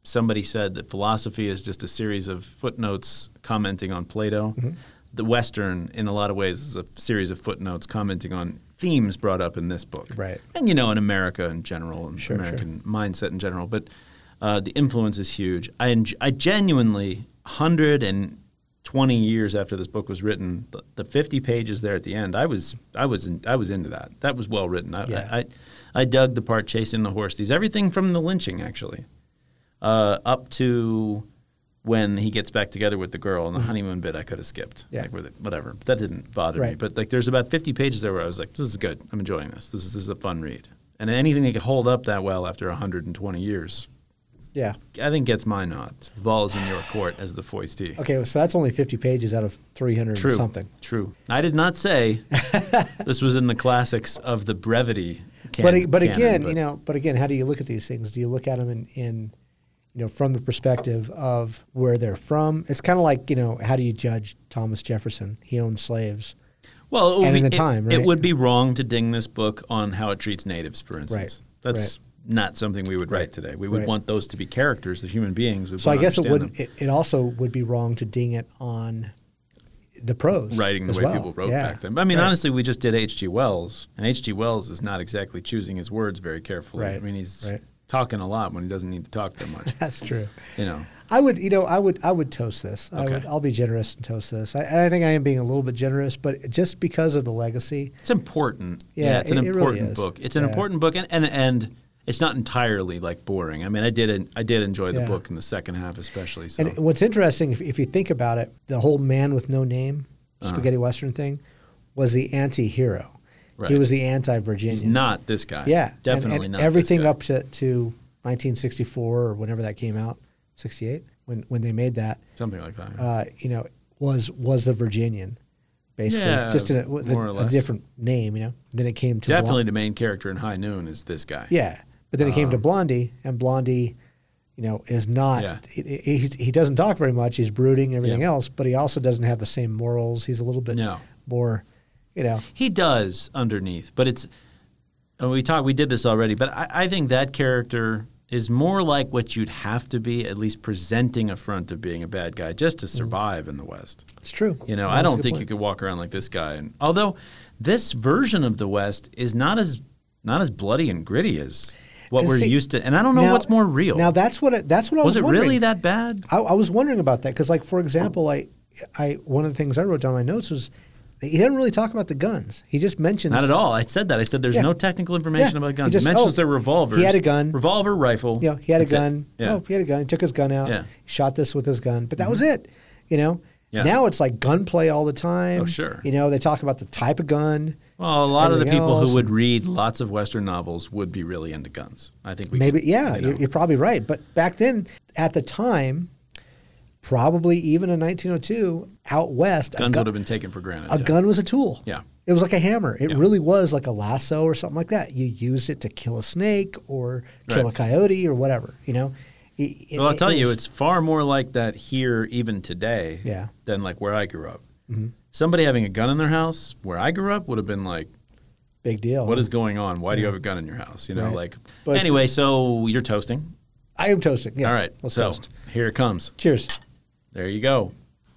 Speaker 1: somebody said that philosophy is just a series of footnotes commenting on Plato.
Speaker 2: Mm-hmm.
Speaker 1: The Western, in a lot of ways, is a series of footnotes commenting on themes brought up in this book.
Speaker 2: Right.
Speaker 1: And, you know, in America in general, and
Speaker 2: Sure, sure.
Speaker 1: American mindset in general. But uh, the influence is huge. I, en- I genuinely, 120 years after this book was written, the, the 50 pages there at the end, I was, I was, in, I was into that. That was well written. I,
Speaker 2: Yeah.
Speaker 1: I, I, I dug the part chasing the horse thieves, everything from the lynching, actually uh, up to when he gets back together with the girl and the honeymoon bit I could have skipped.
Speaker 2: Mm-hmm. Yeah.
Speaker 1: Like, with it- whatever. That didn't bother me.
Speaker 2: Right.
Speaker 1: But like there's about 50 pages there where I was like, this is good. I'm enjoying this. This is, this is a fun read. And anything that could hold up that well after 120 years,
Speaker 2: yeah.
Speaker 1: I think gets my nod. The ball is in your court as the foistee.
Speaker 2: Okay, so that's only 50 pages out of 300
Speaker 1: True.
Speaker 2: and something.
Speaker 1: True. I did not say this was in the classics of the brevity. Can-
Speaker 2: but but
Speaker 1: canon,
Speaker 2: again,
Speaker 1: but-
Speaker 2: you know, but again, how do you look at these things? Do you look at them in, in you know, from the perspective of where they're from? It's kind of like you know, how do you judge Thomas Jefferson? He owned slaves.
Speaker 1: Well, it would
Speaker 2: And
Speaker 1: be,
Speaker 2: in the
Speaker 1: it-
Speaker 2: time,
Speaker 1: it,
Speaker 2: right?
Speaker 1: would be wrong to ding this book on how it treats natives, for instance. That's not something we would write today. We would
Speaker 2: Right.
Speaker 1: want those to be characters, the human beings. We
Speaker 2: So I guess it
Speaker 1: understand
Speaker 2: would. It, it also would be wrong to ding it on the prose
Speaker 1: them writing the
Speaker 2: as
Speaker 1: way
Speaker 2: well.
Speaker 1: people wrote
Speaker 2: Yeah.
Speaker 1: back then. But I mean,
Speaker 2: Right.
Speaker 1: honestly, we just did H.G. Wells, and H.G. Wells is not exactly choosing his words very carefully. I
Speaker 2: Right.
Speaker 1: mean, he's
Speaker 2: Right.
Speaker 1: talking a lot when he doesn't need to talk that much.
Speaker 2: That's true.
Speaker 1: you know,
Speaker 2: I would, you know, I would, I would toast this. I
Speaker 1: Okay.
Speaker 2: would, I'll be generous and toast this. I, and I think I am being a little bit generous, but just because of the legacy,
Speaker 1: it's important.
Speaker 2: Yeah,
Speaker 1: it's an
Speaker 2: it- it really
Speaker 1: important
Speaker 2: is.
Speaker 1: book. It's an
Speaker 2: Yeah.
Speaker 1: important book, and, and and it's not entirely like boring. I mean, I did I did enjoy the
Speaker 2: Yeah.
Speaker 1: book in the second half, especially. So.
Speaker 2: And what's interesting, if, if you think about it, the whole man with no name,
Speaker 1: Uh-huh.
Speaker 2: spaghetti western thing, was the anti-hero.
Speaker 1: Right.
Speaker 2: He was the anti-Virginian.
Speaker 1: He's not this guy.
Speaker 2: yeah, and-
Speaker 1: definitely
Speaker 2: and
Speaker 1: not. this
Speaker 2: Everything
Speaker 1: guy.
Speaker 2: up to, to 1964 or whenever that came out, 68, when when they made that,
Speaker 1: something like that. yeah.
Speaker 2: uh, you know, was was the Virginian, basically,
Speaker 1: Yeah,
Speaker 2: just in a, with
Speaker 1: more or
Speaker 2: a, a
Speaker 1: less.
Speaker 2: different name. You know, then it came to Blon-
Speaker 1: definitely, the main character in High Noon is this guy.
Speaker 2: yeah, but then it came to Blondie, and Blondie, you know, is not.
Speaker 1: Um, Yeah.
Speaker 2: He, he, he's- he doesn't talk very much. He's brooding and everything
Speaker 1: Yeah.
Speaker 2: else, but he also doesn't have the same morals. He's a little bit
Speaker 1: No.
Speaker 2: more, you know,
Speaker 1: he does underneath, but it's. And we talked. We did this already, but I, I think that character is more like what you'd have to be, at least presenting a front of being a bad guy, just to survive in the West.
Speaker 2: it's true.
Speaker 1: You know,
Speaker 2: No, Mm.
Speaker 1: I
Speaker 2: that's a
Speaker 1: don't
Speaker 2: good
Speaker 1: think you
Speaker 2: point.
Speaker 1: could walk around like this guy. And although this version of the West is not as not as bloody and gritty as what
Speaker 2: And
Speaker 1: we're
Speaker 2: see,
Speaker 1: used to, and I don't know
Speaker 2: now-
Speaker 1: what's more real.
Speaker 2: Now that's what it, that's what I was.
Speaker 1: was it
Speaker 2: wondering.
Speaker 1: really that bad?
Speaker 2: I, I was wondering about that because, like, for example, I, I one of the things I wrote down in my notes was that he didn't really talk about the guns. He just mentions
Speaker 1: Not at all. I said that. I said there's
Speaker 2: Yeah.
Speaker 1: no technical information
Speaker 2: Yeah.
Speaker 1: about
Speaker 2: He
Speaker 1: guns.
Speaker 2: just-
Speaker 1: it mentions
Speaker 2: oh,
Speaker 1: their revolvers.
Speaker 2: he had a gun.
Speaker 1: Revolver, rifle.
Speaker 2: You know, he had
Speaker 1: That's
Speaker 2: a
Speaker 1: it.
Speaker 2: gun.
Speaker 1: Yeah.
Speaker 2: Oh, he had a gun. He took his gun out.
Speaker 1: Yeah. Mm-hmm.
Speaker 2: Shot this with his gun, but that was it. You know.
Speaker 1: Yeah.
Speaker 2: Now it's like gunplay all the time.
Speaker 1: Oh, sure.
Speaker 2: You know they talk about the type of gun.
Speaker 1: Well, a lot of the
Speaker 2: Everything
Speaker 1: people
Speaker 2: else.
Speaker 1: who would read lots of Western novels would be really into guns. I think we
Speaker 2: Maybe
Speaker 1: could-
Speaker 2: yeah,
Speaker 1: you know.
Speaker 2: you're, you're probably right. But back then, at the time, probably even in 1902 out west,
Speaker 1: Guns
Speaker 2: a, gu-
Speaker 1: would have been taken for granted.
Speaker 2: a
Speaker 1: yeah.
Speaker 2: gun was a tool.
Speaker 1: Yeah.
Speaker 2: It was like a hammer. It really was like a lasso or something like that. You used it to kill a snake or kill a
Speaker 1: Right.
Speaker 2: coyote or whatever, you know? It- it-
Speaker 1: Well, I'll
Speaker 2: it
Speaker 1: tell you,
Speaker 2: was-
Speaker 1: it's far more like that here, even today,
Speaker 2: Yeah. Mm-hmm.
Speaker 1: than like where I grew up. Somebody having a gun in their house where I grew up would have been like,
Speaker 2: big deal.
Speaker 1: "What is going on? Why do you have a gun in your house?" You know,
Speaker 2: Oh. Right.
Speaker 1: like.
Speaker 2: But-
Speaker 1: anyway, so you're toasting.
Speaker 2: I am toasting. Yeah.
Speaker 1: All right,
Speaker 2: Let's
Speaker 1: so
Speaker 2: toast.
Speaker 1: here it comes.
Speaker 2: Cheers.
Speaker 1: There you go.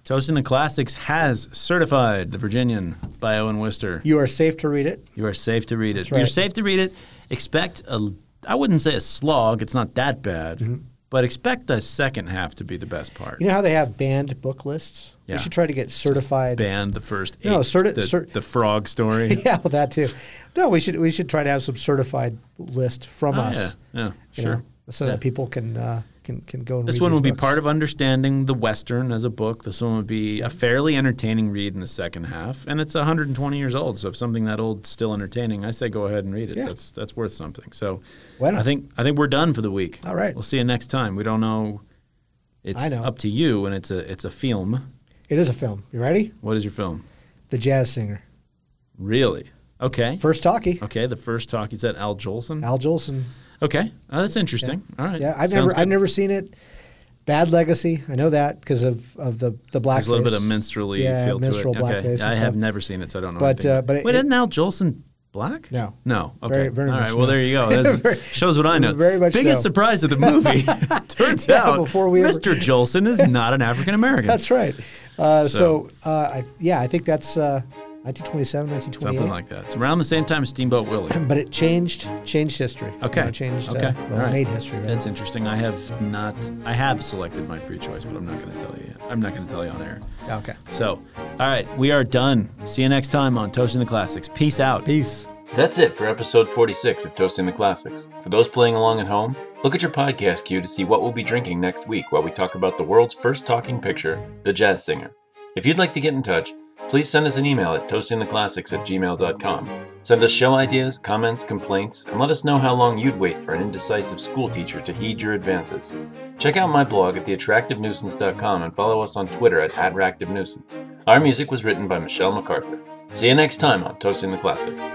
Speaker 1: Toasting the Classics has certified the Virginian by Owen Wister.
Speaker 2: You are safe to read it.
Speaker 1: You are safe to read it.
Speaker 2: right.
Speaker 1: You're safe to read it. Expect a, I wouldn't say a slog. It's not that bad, but expect the second half to be the best part.
Speaker 2: Mm-hmm. You know how they have banned book lists?
Speaker 1: Yeah.
Speaker 2: We should try to get certified.
Speaker 1: Banned the first eight.
Speaker 2: No, certi-
Speaker 1: the,
Speaker 2: cert-
Speaker 1: the frog story.
Speaker 2: Yeah, well, that too. No, we should we should try to have some certified list from
Speaker 1: Oh,
Speaker 2: us.
Speaker 1: yeah, yeah,
Speaker 2: you
Speaker 1: sure.
Speaker 2: know, so that people can uh, can can go and
Speaker 1: This
Speaker 2: read
Speaker 1: one
Speaker 2: these
Speaker 1: will be
Speaker 2: books.
Speaker 1: part of understanding the Western as a book. This one would be a fairly entertaining read in the second half, and it's 120 years old. So if something that old is still entertaining, I say go ahead and read it.
Speaker 2: Yeah.
Speaker 1: That's that's worth something. So
Speaker 2: Why not?
Speaker 1: I think I think we're done for the week.
Speaker 2: All right.
Speaker 1: we'll see you next time. We don't know. It's
Speaker 2: I know.
Speaker 1: up to you, and it's a it's a film.
Speaker 2: It is a film. You ready?
Speaker 1: What is your film?
Speaker 2: The Jazz Singer.
Speaker 1: Really? Okay.
Speaker 2: First talkie.
Speaker 1: Okay. The first talk is that Al Jolson.
Speaker 2: Al Jolson.
Speaker 1: Okay, oh, that's interesting. All right.
Speaker 2: Yeah, I've
Speaker 1: Sounds
Speaker 2: never
Speaker 1: good.
Speaker 2: I've never seen it. Bad Legacy. I know that because of, of the the black.
Speaker 1: There's a little bit of minstrelly
Speaker 2: yeah,
Speaker 1: feel
Speaker 2: minstrel
Speaker 1: to it. Okay.
Speaker 2: blackface and
Speaker 1: I have
Speaker 2: stuff.
Speaker 1: never seen it, so I don't know.
Speaker 2: But,
Speaker 1: anything.
Speaker 2: uh, but it-
Speaker 1: wait,
Speaker 2: it-
Speaker 1: isn't Al Jolson black?
Speaker 2: No.
Speaker 1: no. Okay,
Speaker 2: Very- very
Speaker 1: all
Speaker 2: much
Speaker 1: right. Well,
Speaker 2: no.
Speaker 1: there you go. That's,
Speaker 2: Very-
Speaker 1: shows what I know.
Speaker 2: very much
Speaker 1: Biggest
Speaker 2: no.
Speaker 1: surprise of the movie. Turns
Speaker 2: Yeah,
Speaker 1: out,
Speaker 2: before we ever-
Speaker 1: Mr. Jolson is not an African American.
Speaker 2: That's right. Uh, so
Speaker 1: So-
Speaker 2: uh, I, yeah, I think that's uh, 1927, 1928.
Speaker 1: something like that. It's around the same time as Steamboat Willie.
Speaker 2: but it changed changed history. You
Speaker 1: Okay.
Speaker 2: know, changed.
Speaker 1: Okay.
Speaker 2: Uh,
Speaker 1: All
Speaker 2: well,
Speaker 1: right.
Speaker 2: Made history. Right?
Speaker 1: That's interesting. I have not. I have selected my free choice, but I'm not going to tell you yet. I'm not going to tell you on air.
Speaker 2: okay.
Speaker 1: So, all right, we are done. See you next time on Toasting the Classics. Peace out.
Speaker 2: Peace.
Speaker 3: That's it for episode 46 of Toasting the Classics. For those playing along at home, look at your podcast queue to see what we'll be drinking next week while we talk about the world's first talking picture, The Jazz Singer. If you'd like to get in touch, please send us an email at toastingtheclassics at gmail.com. Send us show ideas, comments, complaints, and let us know how long you'd wait for an indecisive school teacher to heed your advances. Check out my blog at theattractivenuisance.com and follow us on Twitter at @attractivenuisance. Our music was written by Michelle MacArthur. See you next time on Toasting the Classics.